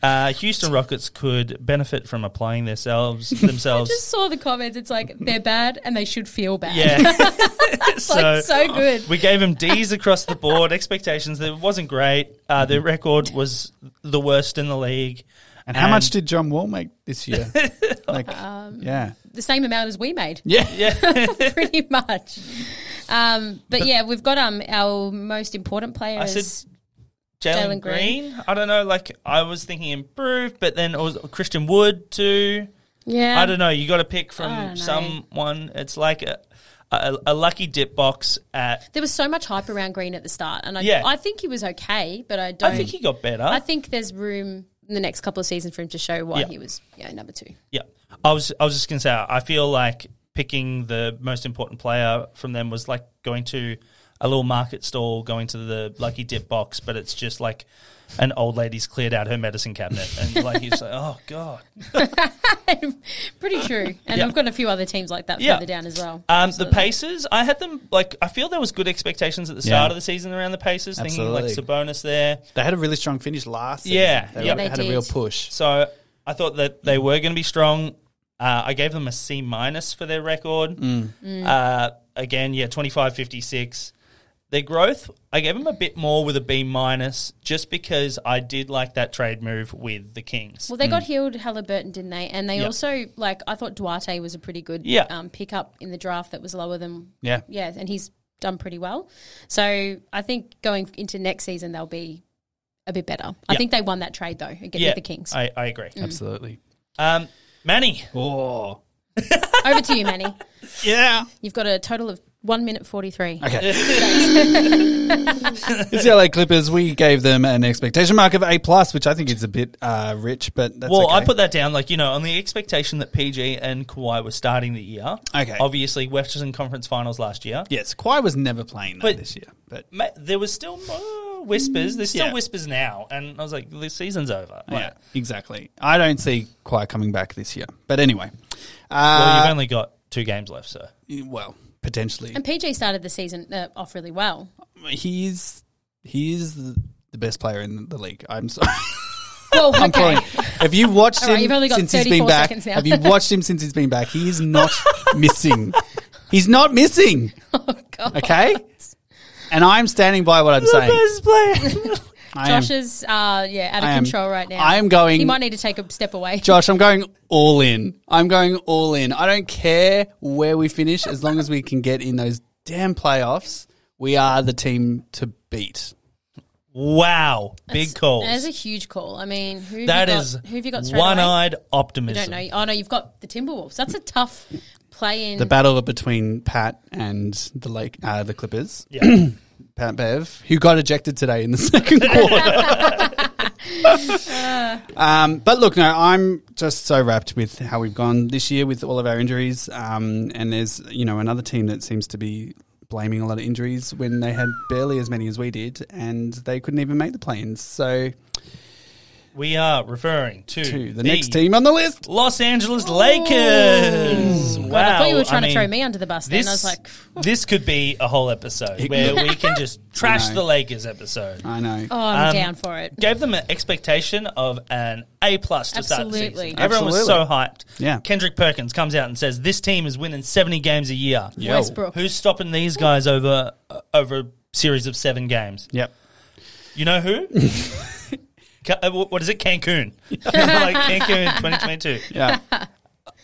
[SPEAKER 4] uh, Houston Rockets could benefit from applying themselves
[SPEAKER 3] I
[SPEAKER 4] themselves.
[SPEAKER 3] just saw the comments. It's like they're bad and they should feel bad.
[SPEAKER 4] yeah,
[SPEAKER 3] it's like so good.
[SPEAKER 4] we gave them D's across the board. Expectations that wasn't great. Uh,
[SPEAKER 3] Mm-hmm.
[SPEAKER 4] their record was the worst in the league.
[SPEAKER 5] and how much did John Wall make this year? like,
[SPEAKER 3] Um,
[SPEAKER 5] yeah,
[SPEAKER 3] The same amount as we made.
[SPEAKER 5] yeah,
[SPEAKER 3] pretty much. Um, but yeah, we've got um our most important player
[SPEAKER 4] I
[SPEAKER 3] is
[SPEAKER 4] said Jalen
[SPEAKER 3] Jalen Green.
[SPEAKER 4] Green. I don't know. Like I was thinking improve, but then it was Christian Wood too.
[SPEAKER 3] yeah.
[SPEAKER 4] I don't know. You got to pick
[SPEAKER 3] Um, I don't
[SPEAKER 4] from
[SPEAKER 3] know.
[SPEAKER 4] someone. It's like a, a a lucky dip box at.
[SPEAKER 3] There was so much hype around Green at the start, and I,
[SPEAKER 4] Yeah.
[SPEAKER 3] I think he was okay, but I don't.
[SPEAKER 4] I think he got better.
[SPEAKER 3] I think there's room in the next couple of seasons for him to show why
[SPEAKER 4] Yeah.
[SPEAKER 3] he was yeah, number two.
[SPEAKER 4] yeah, I was I was just gonna say. I feel like picking the most important player from them was like going to a little market stall, going to the lucky dip box, but it's just like an old lady's cleared out her medicine cabinet, and like he's like, oh god.
[SPEAKER 3] Pretty true, and
[SPEAKER 4] Yeah.
[SPEAKER 3] I've got a few other teams like that
[SPEAKER 4] Yeah.
[SPEAKER 3] further down as well.
[SPEAKER 4] Um, the
[SPEAKER 3] Absolutely.
[SPEAKER 4] Pacers, I had them like I feel there was good expectations at the
[SPEAKER 5] Yeah.
[SPEAKER 4] start of the season around the Pacers, thinking
[SPEAKER 5] Absolutely.
[SPEAKER 4] like Sabonis there.
[SPEAKER 5] they had a really strong finish last. season.
[SPEAKER 4] Yeah,
[SPEAKER 5] they,
[SPEAKER 4] yeah.
[SPEAKER 5] they
[SPEAKER 3] They
[SPEAKER 5] had a real
[SPEAKER 3] did.
[SPEAKER 5] push.
[SPEAKER 4] So I thought that they were going to be strong. Uh, I gave them a C minus for their record.
[SPEAKER 5] Mm.
[SPEAKER 3] Mm.
[SPEAKER 4] Uh, again, yeah, 25 56. Their growth, I gave them a bit more with a B minus just because I did like that trade move with the Kings.
[SPEAKER 3] Well, they got healed Halliburton, didn't they? And they
[SPEAKER 4] Yeah.
[SPEAKER 3] also like I thought Duarte was a pretty good
[SPEAKER 4] Yeah.
[SPEAKER 3] um, pickup in the draft that was lower than
[SPEAKER 5] Yeah.
[SPEAKER 3] yeah, and he's done pretty well. So I think going into next season they'll be a bit better. I
[SPEAKER 4] Yeah.
[SPEAKER 3] think they won that trade though against
[SPEAKER 4] yeah,
[SPEAKER 3] the Kings. Mm.
[SPEAKER 4] I, I agree.
[SPEAKER 5] Absolutely.
[SPEAKER 4] Um, Manny,
[SPEAKER 5] Oh,
[SPEAKER 3] Over to you, Manny.
[SPEAKER 5] yeah.
[SPEAKER 3] You've got a total of One minute forty three.
[SPEAKER 5] Okay. it's the LA Clippers. We gave them an expectation mark of A plus, which I think is a bit uh, rich, but that's
[SPEAKER 4] well,
[SPEAKER 5] okay.
[SPEAKER 4] I put that down like you know on the expectation that PG and Kawhi were starting the year.
[SPEAKER 5] Okay.
[SPEAKER 4] obviously Western Conference Finals last year.
[SPEAKER 5] yes, Kawhi was never playing that
[SPEAKER 4] But-
[SPEAKER 5] this year, but
[SPEAKER 4] Ma- there was still uh, whispers. There's still
[SPEAKER 5] Yeah.
[SPEAKER 4] whispers now, and I was like, the season's over. Like,
[SPEAKER 5] yeah, exactly. I don't see Kawhi coming back this year, but anyway.
[SPEAKER 4] Well, you've
[SPEAKER 5] Uh,
[SPEAKER 4] only got two games left, so
[SPEAKER 5] well, potentially,
[SPEAKER 3] And PJ started the season uh, off really well.
[SPEAKER 5] he's he's the the best player in the league. I'm sorry.
[SPEAKER 3] Well,
[SPEAKER 5] I'm
[SPEAKER 3] Oh, okay.
[SPEAKER 5] sorry. Have you watched
[SPEAKER 3] All right,
[SPEAKER 5] him
[SPEAKER 3] you've only got
[SPEAKER 5] since he's
[SPEAKER 3] 34
[SPEAKER 5] been back?
[SPEAKER 3] seconds now.
[SPEAKER 5] Have you watched him since he's been back? He is not missing. He's not missing.
[SPEAKER 3] Oh, God.
[SPEAKER 5] Okay. And I'm standing by what I'm saying. I am-
[SPEAKER 3] Josh is uh, yeah out of
[SPEAKER 5] I am-
[SPEAKER 3] control right now.
[SPEAKER 5] I am going-
[SPEAKER 3] He might need to take a step away.
[SPEAKER 5] Josh, I'm going all in. I'm going all in. I don't care where we finish as long as we can get in those damn playoffs. We are the team to beat.
[SPEAKER 4] wow, big calls.
[SPEAKER 3] That is a huge call. I mean, who
[SPEAKER 4] That
[SPEAKER 3] have you
[SPEAKER 4] is
[SPEAKER 3] got, who have you got straight away?
[SPEAKER 4] one-eyed
[SPEAKER 3] I don't
[SPEAKER 4] optimism.
[SPEAKER 3] know. Oh no, you've got the Timberwolves. That's a tough play in.
[SPEAKER 5] The battle between Pat and the Lake, uh, the Clippers.
[SPEAKER 4] Yeah.
[SPEAKER 5] Pat Bev, who got ejected today in the second quarter. um, but look, no, I'm just so wrapped with how we've gone this year with all of our injuries. Um, and there's, you know, another team that seems to be blaming a lot of injuries when they had barely as many as we did and they couldn't even make the plans. So,
[SPEAKER 4] we are referring to,
[SPEAKER 5] to the next team on the list.
[SPEAKER 4] Los Angeles Lakers. Wow,
[SPEAKER 3] Oh. I thought you were trying
[SPEAKER 4] mean,
[SPEAKER 3] to throw me under the bus.
[SPEAKER 4] This,
[SPEAKER 3] then I was like,
[SPEAKER 4] this could be a whole episode where we can just trash
[SPEAKER 5] know.
[SPEAKER 4] the Lakers episode.
[SPEAKER 5] I know.
[SPEAKER 3] oh, I'm
[SPEAKER 4] Um,
[SPEAKER 3] down for it.
[SPEAKER 4] Gave them an expectation of an A plus to start the
[SPEAKER 3] Absolutely.
[SPEAKER 4] season. Everyone was so
[SPEAKER 5] Absolutely.
[SPEAKER 4] hyped.
[SPEAKER 5] Yeah.
[SPEAKER 4] Kendrick Perkins comes out and says, "This team is winning seventy games a year.
[SPEAKER 5] Yo.
[SPEAKER 3] Westbrook.
[SPEAKER 4] Who's stopping these guys over uh, over a series of seven games?
[SPEAKER 5] Yep.
[SPEAKER 4] You know who? Ca- uh, wh- what is it? Cancun. like Cancun 2022.
[SPEAKER 5] Yeah.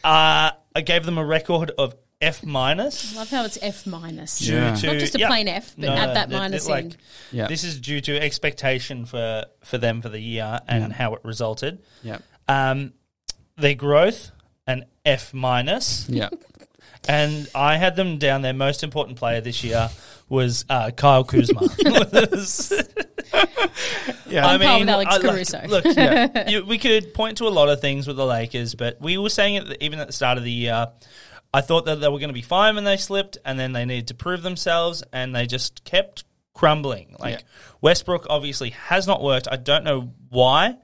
[SPEAKER 4] Uh, I gave them a record of F minus.
[SPEAKER 3] Love how it's F minus.
[SPEAKER 5] Yeah.
[SPEAKER 4] due
[SPEAKER 3] Not just a plain F, but add that
[SPEAKER 4] it- it
[SPEAKER 3] minus in.
[SPEAKER 5] Yeah.
[SPEAKER 4] This is due to expectation for, for them for the year and how it resulted.
[SPEAKER 5] Yep.
[SPEAKER 4] Um, their growth, an F minus.
[SPEAKER 5] Yeah.
[SPEAKER 4] And I had them down. Their most important player this year was uh, Kyle Kuzma.
[SPEAKER 5] Yeah.
[SPEAKER 4] I
[SPEAKER 3] On par with Alex
[SPEAKER 4] I- like,
[SPEAKER 3] Caruso.
[SPEAKER 4] Look, you, we could point to a lot of things with the Lakers, but we were saying it th- even at the start of the year. I thought that they were going to be fine when they slipped, and then they needed to prove themselves, and they just kept crumbling. Like
[SPEAKER 5] Yeah.
[SPEAKER 4] Westbrook obviously has not worked. I don't know why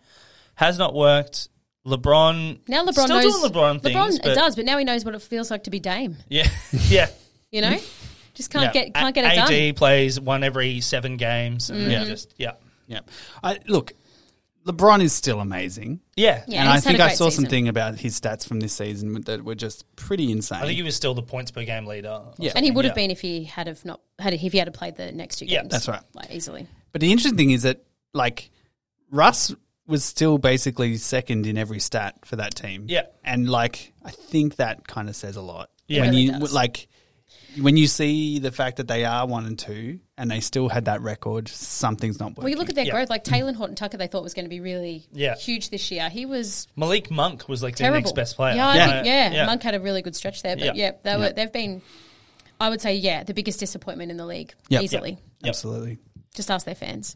[SPEAKER 4] has not worked. LeBron
[SPEAKER 3] Now LeBron
[SPEAKER 4] still
[SPEAKER 3] knows
[SPEAKER 4] doing LeBron things. but-
[SPEAKER 3] does, but now he knows what it feels like to be Dame.
[SPEAKER 4] Yeah, yeah.
[SPEAKER 3] You know, just can't
[SPEAKER 5] Yeah.
[SPEAKER 3] get can't get it
[SPEAKER 4] AD
[SPEAKER 3] done. Mm-hmm.
[SPEAKER 4] plays one every seven games. and Yeah, just yeah,
[SPEAKER 5] Yeah. I, look, LeBron is still amazing.
[SPEAKER 4] yeah.
[SPEAKER 3] Yeah.
[SPEAKER 5] and I
[SPEAKER 3] he's had a
[SPEAKER 5] think I
[SPEAKER 3] great
[SPEAKER 5] saw
[SPEAKER 3] season.
[SPEAKER 5] something about his stats from this season that were just pretty insane.
[SPEAKER 4] I think he was still the points per game leader.
[SPEAKER 5] Yeah.
[SPEAKER 3] And he would have
[SPEAKER 4] Yeah.
[SPEAKER 3] been if he had have not had if he had played the next two
[SPEAKER 4] Yeah,
[SPEAKER 3] games.
[SPEAKER 5] that's right.
[SPEAKER 3] like easily.
[SPEAKER 5] but the interesting thing is that like Russ was still basically second in every stat for that team.
[SPEAKER 4] Yeah.
[SPEAKER 5] and like I think that kind of says a lot.
[SPEAKER 4] Yeah.
[SPEAKER 5] when
[SPEAKER 4] Really
[SPEAKER 5] you
[SPEAKER 3] does.
[SPEAKER 5] like when you see the fact that they are one and two and they still had that record, something's not working.
[SPEAKER 3] Well, you look at their
[SPEAKER 4] Yeah.
[SPEAKER 3] growth. Like Taylor Horton Tucker, they thought was going to be really
[SPEAKER 4] Yeah.
[SPEAKER 3] huge this year. He was
[SPEAKER 4] Malik Monk was like
[SPEAKER 3] terrible.
[SPEAKER 4] their next best player.
[SPEAKER 3] Yeah, I
[SPEAKER 5] Yeah.
[SPEAKER 3] Think, yeah. Monk had a really good stretch there, but yeah,
[SPEAKER 4] Yeah.
[SPEAKER 3] they were, they've been. I would say, yeah, the biggest disappointment in the league
[SPEAKER 5] Yep.
[SPEAKER 3] easily.
[SPEAKER 4] Yep.
[SPEAKER 5] absolutely.
[SPEAKER 3] Just ask their fans.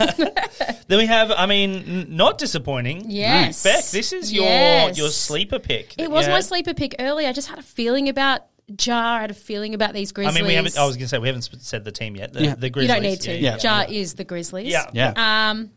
[SPEAKER 4] Then we have, I mean, n- not disappointing.
[SPEAKER 3] Yes,
[SPEAKER 4] Beck, this is your
[SPEAKER 3] Yes.
[SPEAKER 4] your sleeper pick.
[SPEAKER 3] It was
[SPEAKER 4] Yeah.
[SPEAKER 3] my sleeper pick early. I just had a feeling about Jar. I had a feeling about these
[SPEAKER 4] I
[SPEAKER 3] Grizzlies.
[SPEAKER 4] mean, we haven't. I was going to say we haven't sp- said the team yet. The,
[SPEAKER 5] Yeah.
[SPEAKER 4] the
[SPEAKER 3] you
[SPEAKER 4] Grizzlies.
[SPEAKER 3] don't need to.
[SPEAKER 4] Yeah,
[SPEAKER 3] Jar is the Grizzlies.
[SPEAKER 4] yeah. yeah.
[SPEAKER 5] Yeah,
[SPEAKER 3] Um,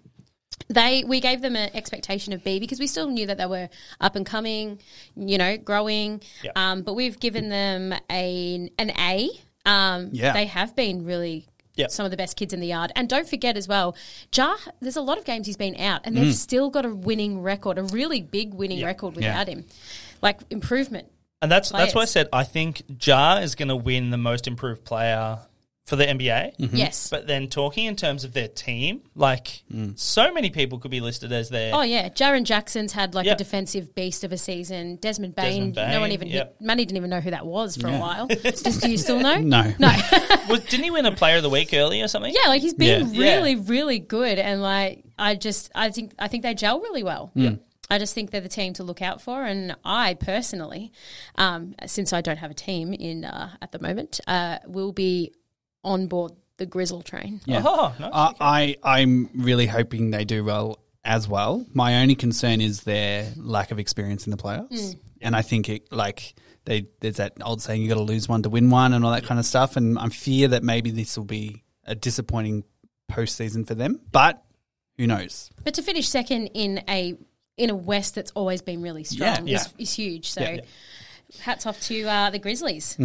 [SPEAKER 3] they we gave them an expectation of B because we still knew that they were up and coming, you know, growing.
[SPEAKER 4] Yeah.
[SPEAKER 3] Um, but we've given them a an A. Um,
[SPEAKER 5] Yeah.
[SPEAKER 3] they have been really.
[SPEAKER 4] Yeah.
[SPEAKER 3] Some of the best kids in the yard, and don't forget as well, Jar. There's a lot of games he's been out, and they've
[SPEAKER 4] Mm.
[SPEAKER 3] still got a winning record, a really big winning record without him, like improvement.
[SPEAKER 4] And that's that's why I
[SPEAKER 3] Players.
[SPEAKER 4] said I think Jar is going to win the most improved player for the NBA.
[SPEAKER 3] Yes.
[SPEAKER 4] Mm-hmm. But then talking in terms of their team, like so many people could be listed as their.
[SPEAKER 3] Oh yeah, Jaron Jackson's had like
[SPEAKER 4] Yeah.
[SPEAKER 3] a defensive beast of a season. Desmond Bain,
[SPEAKER 4] Desmond
[SPEAKER 3] no one
[SPEAKER 4] Bain,
[SPEAKER 3] even
[SPEAKER 4] yep.
[SPEAKER 3] Manny didn't even know who that was for
[SPEAKER 5] Yeah.
[SPEAKER 3] a while. Just, do you still know?
[SPEAKER 5] no,
[SPEAKER 3] No.
[SPEAKER 4] Was, didn't he win a Player of the Week early or something?
[SPEAKER 3] yeah, like he's been
[SPEAKER 4] Yeah.
[SPEAKER 3] really, really good, and like I just, I think, I think they gel really well. I just think they're the team to look out for, and I personally, um, since I don't have a team in uh, at the moment, uh, will be on board the Grizzle train.
[SPEAKER 5] Yeah.
[SPEAKER 4] Oh, nice.
[SPEAKER 5] I, I I'm really hoping they do well as well. My only concern is their lack of experience in the playoffs, and I think it like they there's that old saying you got to lose one to win one and all that kind of stuff. And I'm fear that maybe this will be a disappointing postseason for them, but who knows?
[SPEAKER 3] But to finish second in a in a West that's always been really strong
[SPEAKER 5] Yeah,
[SPEAKER 3] Is, is huge. So,
[SPEAKER 5] Yeah, yeah.
[SPEAKER 3] hats off to uh, the Grizzlies.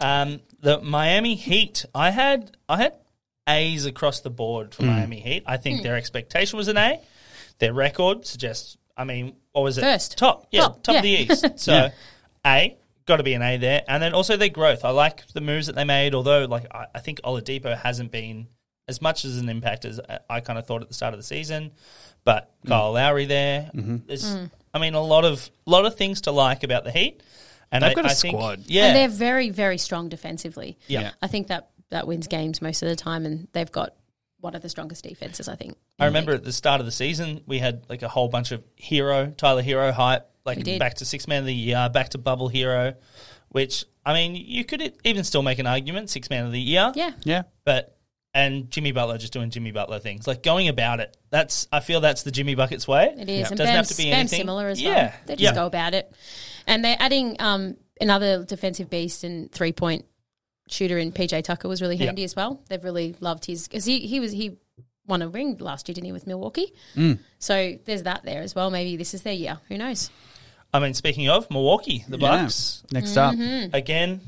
[SPEAKER 4] Um, the Miami Heat. I had I had A's across the board
[SPEAKER 5] Hmm.
[SPEAKER 4] for Miami Heat. I
[SPEAKER 3] Hmm.
[SPEAKER 4] think their expectation was an A. Their record suggests. I mean, what was it?
[SPEAKER 3] First.
[SPEAKER 4] top, yeah,
[SPEAKER 3] Top,
[SPEAKER 4] top, of the
[SPEAKER 3] yeah.
[SPEAKER 4] East. So A got to be an A there, and then also their growth. I like the moves that they made. Although, like I, I think Oladipo hasn't been as much as an impact as I, I kind of thought at the start of the season. But
[SPEAKER 5] Hmm.
[SPEAKER 4] Kyle Lowry there.
[SPEAKER 5] Mm-hmm.
[SPEAKER 4] There's,
[SPEAKER 3] Hmm.
[SPEAKER 4] I mean, a lot of lot of things to like about the Heat. And
[SPEAKER 5] They've
[SPEAKER 4] I,
[SPEAKER 5] got a
[SPEAKER 4] I think-
[SPEAKER 5] squad.
[SPEAKER 4] yeah,
[SPEAKER 3] And they're very, very strong defensively.
[SPEAKER 4] yeah.
[SPEAKER 3] I think that that wins games most of the time, and they've got one of the strongest defenses. I think.
[SPEAKER 4] I remember at the start of the season, we had like a whole bunch of hero, Tyler Hero hype, like
[SPEAKER 3] did.
[SPEAKER 4] back to six man of the year, back to bubble hero, which, I mean, you could e- even still make an argument, six man of the year.
[SPEAKER 3] Yeah,
[SPEAKER 5] Yeah,
[SPEAKER 4] But, and Jimmy Butler just doing Jimmy Butler things, like going about it. That's, I feel that's the Jimmy Buckets way.
[SPEAKER 3] it is.
[SPEAKER 4] It
[SPEAKER 3] And
[SPEAKER 4] doesn't have
[SPEAKER 3] Bam's,
[SPEAKER 4] to be
[SPEAKER 3] Bam's
[SPEAKER 4] anything.
[SPEAKER 3] similar as well.
[SPEAKER 4] Yeah.
[SPEAKER 3] They just
[SPEAKER 4] Yeah.
[SPEAKER 3] go about it, and they're adding um, another defensive beast and three point shooter in PJ Tucker was really
[SPEAKER 4] Yeah.
[SPEAKER 3] handy as well. They've really loved his because he he was he won a ring last year, didn't he, with Milwaukee?
[SPEAKER 5] Mm.
[SPEAKER 3] So there's that there as well. Maybe this is their year. Who knows?
[SPEAKER 4] I mean, speaking of Milwaukee, the
[SPEAKER 5] Yeah.
[SPEAKER 4] Bucks,
[SPEAKER 5] Next
[SPEAKER 3] Hmm.
[SPEAKER 5] up,
[SPEAKER 4] again,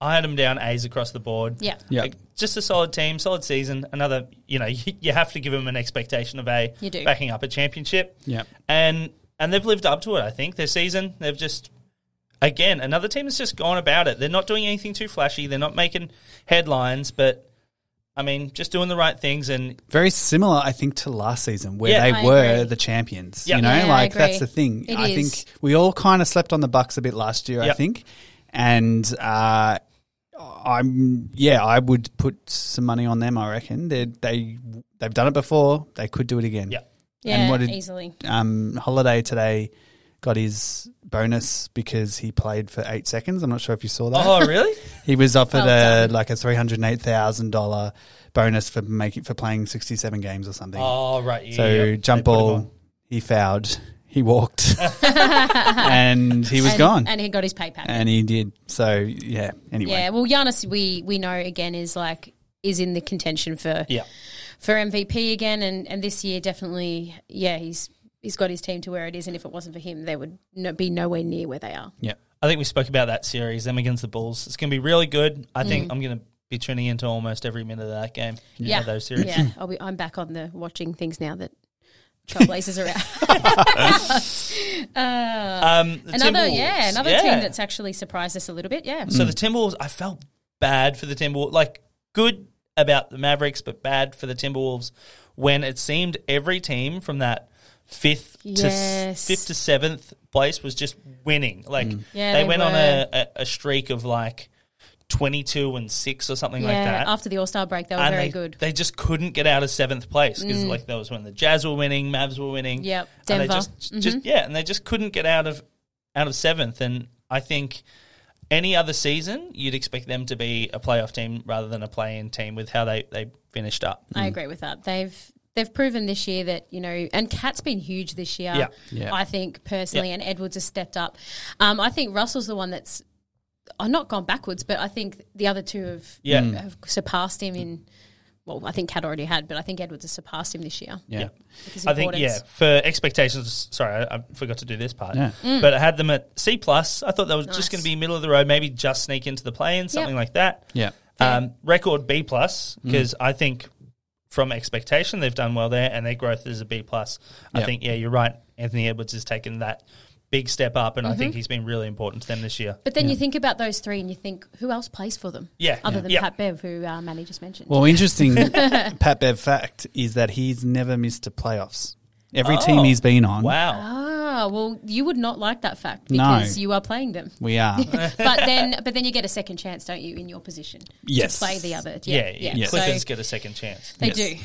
[SPEAKER 4] I had them down A's across the board.
[SPEAKER 3] Yeah.
[SPEAKER 5] yeah,
[SPEAKER 4] Like, just a solid team, solid season. Another, you know, you, you have to give them an expectation of a
[SPEAKER 3] You do.
[SPEAKER 4] backing up a championship.
[SPEAKER 5] yeah.
[SPEAKER 4] and and they've lived up to it. I think their season they've just again another team has just gone about it. They're not doing anything too flashy. They're not making headlines, but I mean, just doing the right things. And
[SPEAKER 5] Very similar, I think, to last season where
[SPEAKER 4] Yeah.
[SPEAKER 5] they
[SPEAKER 3] I
[SPEAKER 5] were
[SPEAKER 3] agree.
[SPEAKER 5] the champions.
[SPEAKER 4] Yeah.
[SPEAKER 5] You know,
[SPEAKER 3] Yeah, I
[SPEAKER 5] like
[SPEAKER 3] agree.
[SPEAKER 5] that's the thing.
[SPEAKER 3] It
[SPEAKER 5] I
[SPEAKER 3] is.
[SPEAKER 5] think we all kind of slept on the Bucks a bit last year. I
[SPEAKER 4] Yeah.
[SPEAKER 5] think, and uh, I'm yeah, I would put some money on them. I reckon they they they've done it before. They could do it again.
[SPEAKER 4] yeah,
[SPEAKER 3] Yeah,
[SPEAKER 5] And what did-
[SPEAKER 3] easily.
[SPEAKER 5] Um, Holiday today got his bonus because he played for eight seconds. I'm not sure if you saw that.
[SPEAKER 4] oh really?
[SPEAKER 5] He was offered
[SPEAKER 3] Well
[SPEAKER 5] a
[SPEAKER 3] done.
[SPEAKER 5] like a three hundred eight thousand dollar bonus for making for playing sixty seven games or something.
[SPEAKER 4] oh right. Yeah,
[SPEAKER 5] So
[SPEAKER 4] yeah.
[SPEAKER 5] jump
[SPEAKER 4] They put him
[SPEAKER 5] ball,
[SPEAKER 4] on.
[SPEAKER 5] he fouled, he walked, and he was
[SPEAKER 3] and,
[SPEAKER 5] gone, and,
[SPEAKER 3] and he got his pay packet.
[SPEAKER 5] he did. So yeah. Anyway,
[SPEAKER 3] Yeah, well, Giannis, we we know again is like is in the contention for
[SPEAKER 4] Yeah,
[SPEAKER 3] for MVP again, and and this year definitely, yeah, he's he's got his team to where it is, and if it wasn't for him, they would no, be nowhere near where they are.
[SPEAKER 5] yeah.
[SPEAKER 4] I think we spoke about that series them against the Bulls. It's going to be really good. I think I'm going to be tuning into almost every minute of that game.
[SPEAKER 3] Mm. Yeah,
[SPEAKER 4] of those series.
[SPEAKER 3] Yeah, I'll be, I'm back on the watching things now that Trailblazers are out.
[SPEAKER 4] Um, the
[SPEAKER 3] another,
[SPEAKER 4] Timberwolves.
[SPEAKER 3] yeah, another
[SPEAKER 4] Yeah.
[SPEAKER 3] team that's actually surprised us a little bit. Yeah,
[SPEAKER 4] So the Timberwolves, I felt bad for the Timberwolves. Like good about the Mavericks, but bad for the Timberwolves when it seemed every team from that fifth to
[SPEAKER 3] Yes.
[SPEAKER 4] s- fifth to seventh place was just winning. Like
[SPEAKER 3] Yeah,
[SPEAKER 4] they,
[SPEAKER 3] they
[SPEAKER 4] went on
[SPEAKER 3] were.
[SPEAKER 4] a, a, a streak of like twenty two and six or something
[SPEAKER 3] yeah.
[SPEAKER 4] like that.
[SPEAKER 3] After the All Star break, they were
[SPEAKER 4] and
[SPEAKER 3] Oh, very
[SPEAKER 4] they,
[SPEAKER 3] good. Mm.
[SPEAKER 4] They just couldn't get out of seventh place because like that was when the Jazz were winning, Mavs were winning.
[SPEAKER 3] Yep,
[SPEAKER 4] And they
[SPEAKER 3] Denver. Mm-hmm.
[SPEAKER 4] just, just yeah, and they just couldn't get out of out of seventh. And I think any other season, you'd expect them to be a playoff team rather than a play-in team with how they they finished up.
[SPEAKER 3] I agree with that. They've they've proven this year that you know, and Cat's been huge this year.
[SPEAKER 4] Yeah.
[SPEAKER 5] Yeah.
[SPEAKER 3] I think personally,
[SPEAKER 4] Yeah.
[SPEAKER 3] and Edwards has stepped up. Um, I think Russell's the one that's uh, not gone backwards, but I think the other two have
[SPEAKER 4] Yeah. Mm.
[SPEAKER 3] have surpassed him in. Well, I think Cat already had, but I think Edwards has surpassed him this year.
[SPEAKER 5] Yeah.
[SPEAKER 3] with his
[SPEAKER 4] I think yeah,
[SPEAKER 3] importance.
[SPEAKER 4] for expectations. Sorry, I, I forgot to do this part.
[SPEAKER 5] Yeah.
[SPEAKER 4] But I had them at C plus. I thought they was
[SPEAKER 3] Mm. Nice.
[SPEAKER 4] just going to be middle of the road, maybe just sneak into the play-in, something like that.
[SPEAKER 5] Yeah.
[SPEAKER 4] Um, record B plus because I think from expectation they've done well there, and their growth is a B plus.
[SPEAKER 5] Yeah.
[SPEAKER 4] I think yeah, you're right. Anthony Edwards has taken that big step up, and I
[SPEAKER 5] Mm-hmm.
[SPEAKER 4] think he's been really important to them this year.
[SPEAKER 3] But then you think about those three, and you think who else plays for them?
[SPEAKER 4] Yeah.
[SPEAKER 3] other
[SPEAKER 4] Yeah.
[SPEAKER 3] than
[SPEAKER 4] Yeah.
[SPEAKER 3] Pat Bev, who uh, Manny just mentioned.
[SPEAKER 5] Well, interesting Pat Bev fact is that he's never missed a playoffs. Every team
[SPEAKER 4] Oh,
[SPEAKER 5] he's been on,
[SPEAKER 4] Wow.
[SPEAKER 3] ah, well, you would not like that fact
[SPEAKER 5] No.
[SPEAKER 3] because you are playing them.
[SPEAKER 5] we are.
[SPEAKER 3] but then but then you get a second chance, don't you, in your position
[SPEAKER 5] Yes.
[SPEAKER 3] to play the other?
[SPEAKER 4] Yeah, yeah.
[SPEAKER 5] Yes.
[SPEAKER 3] So
[SPEAKER 4] Clippers get a second chance.
[SPEAKER 3] they
[SPEAKER 5] Yes.
[SPEAKER 3] do.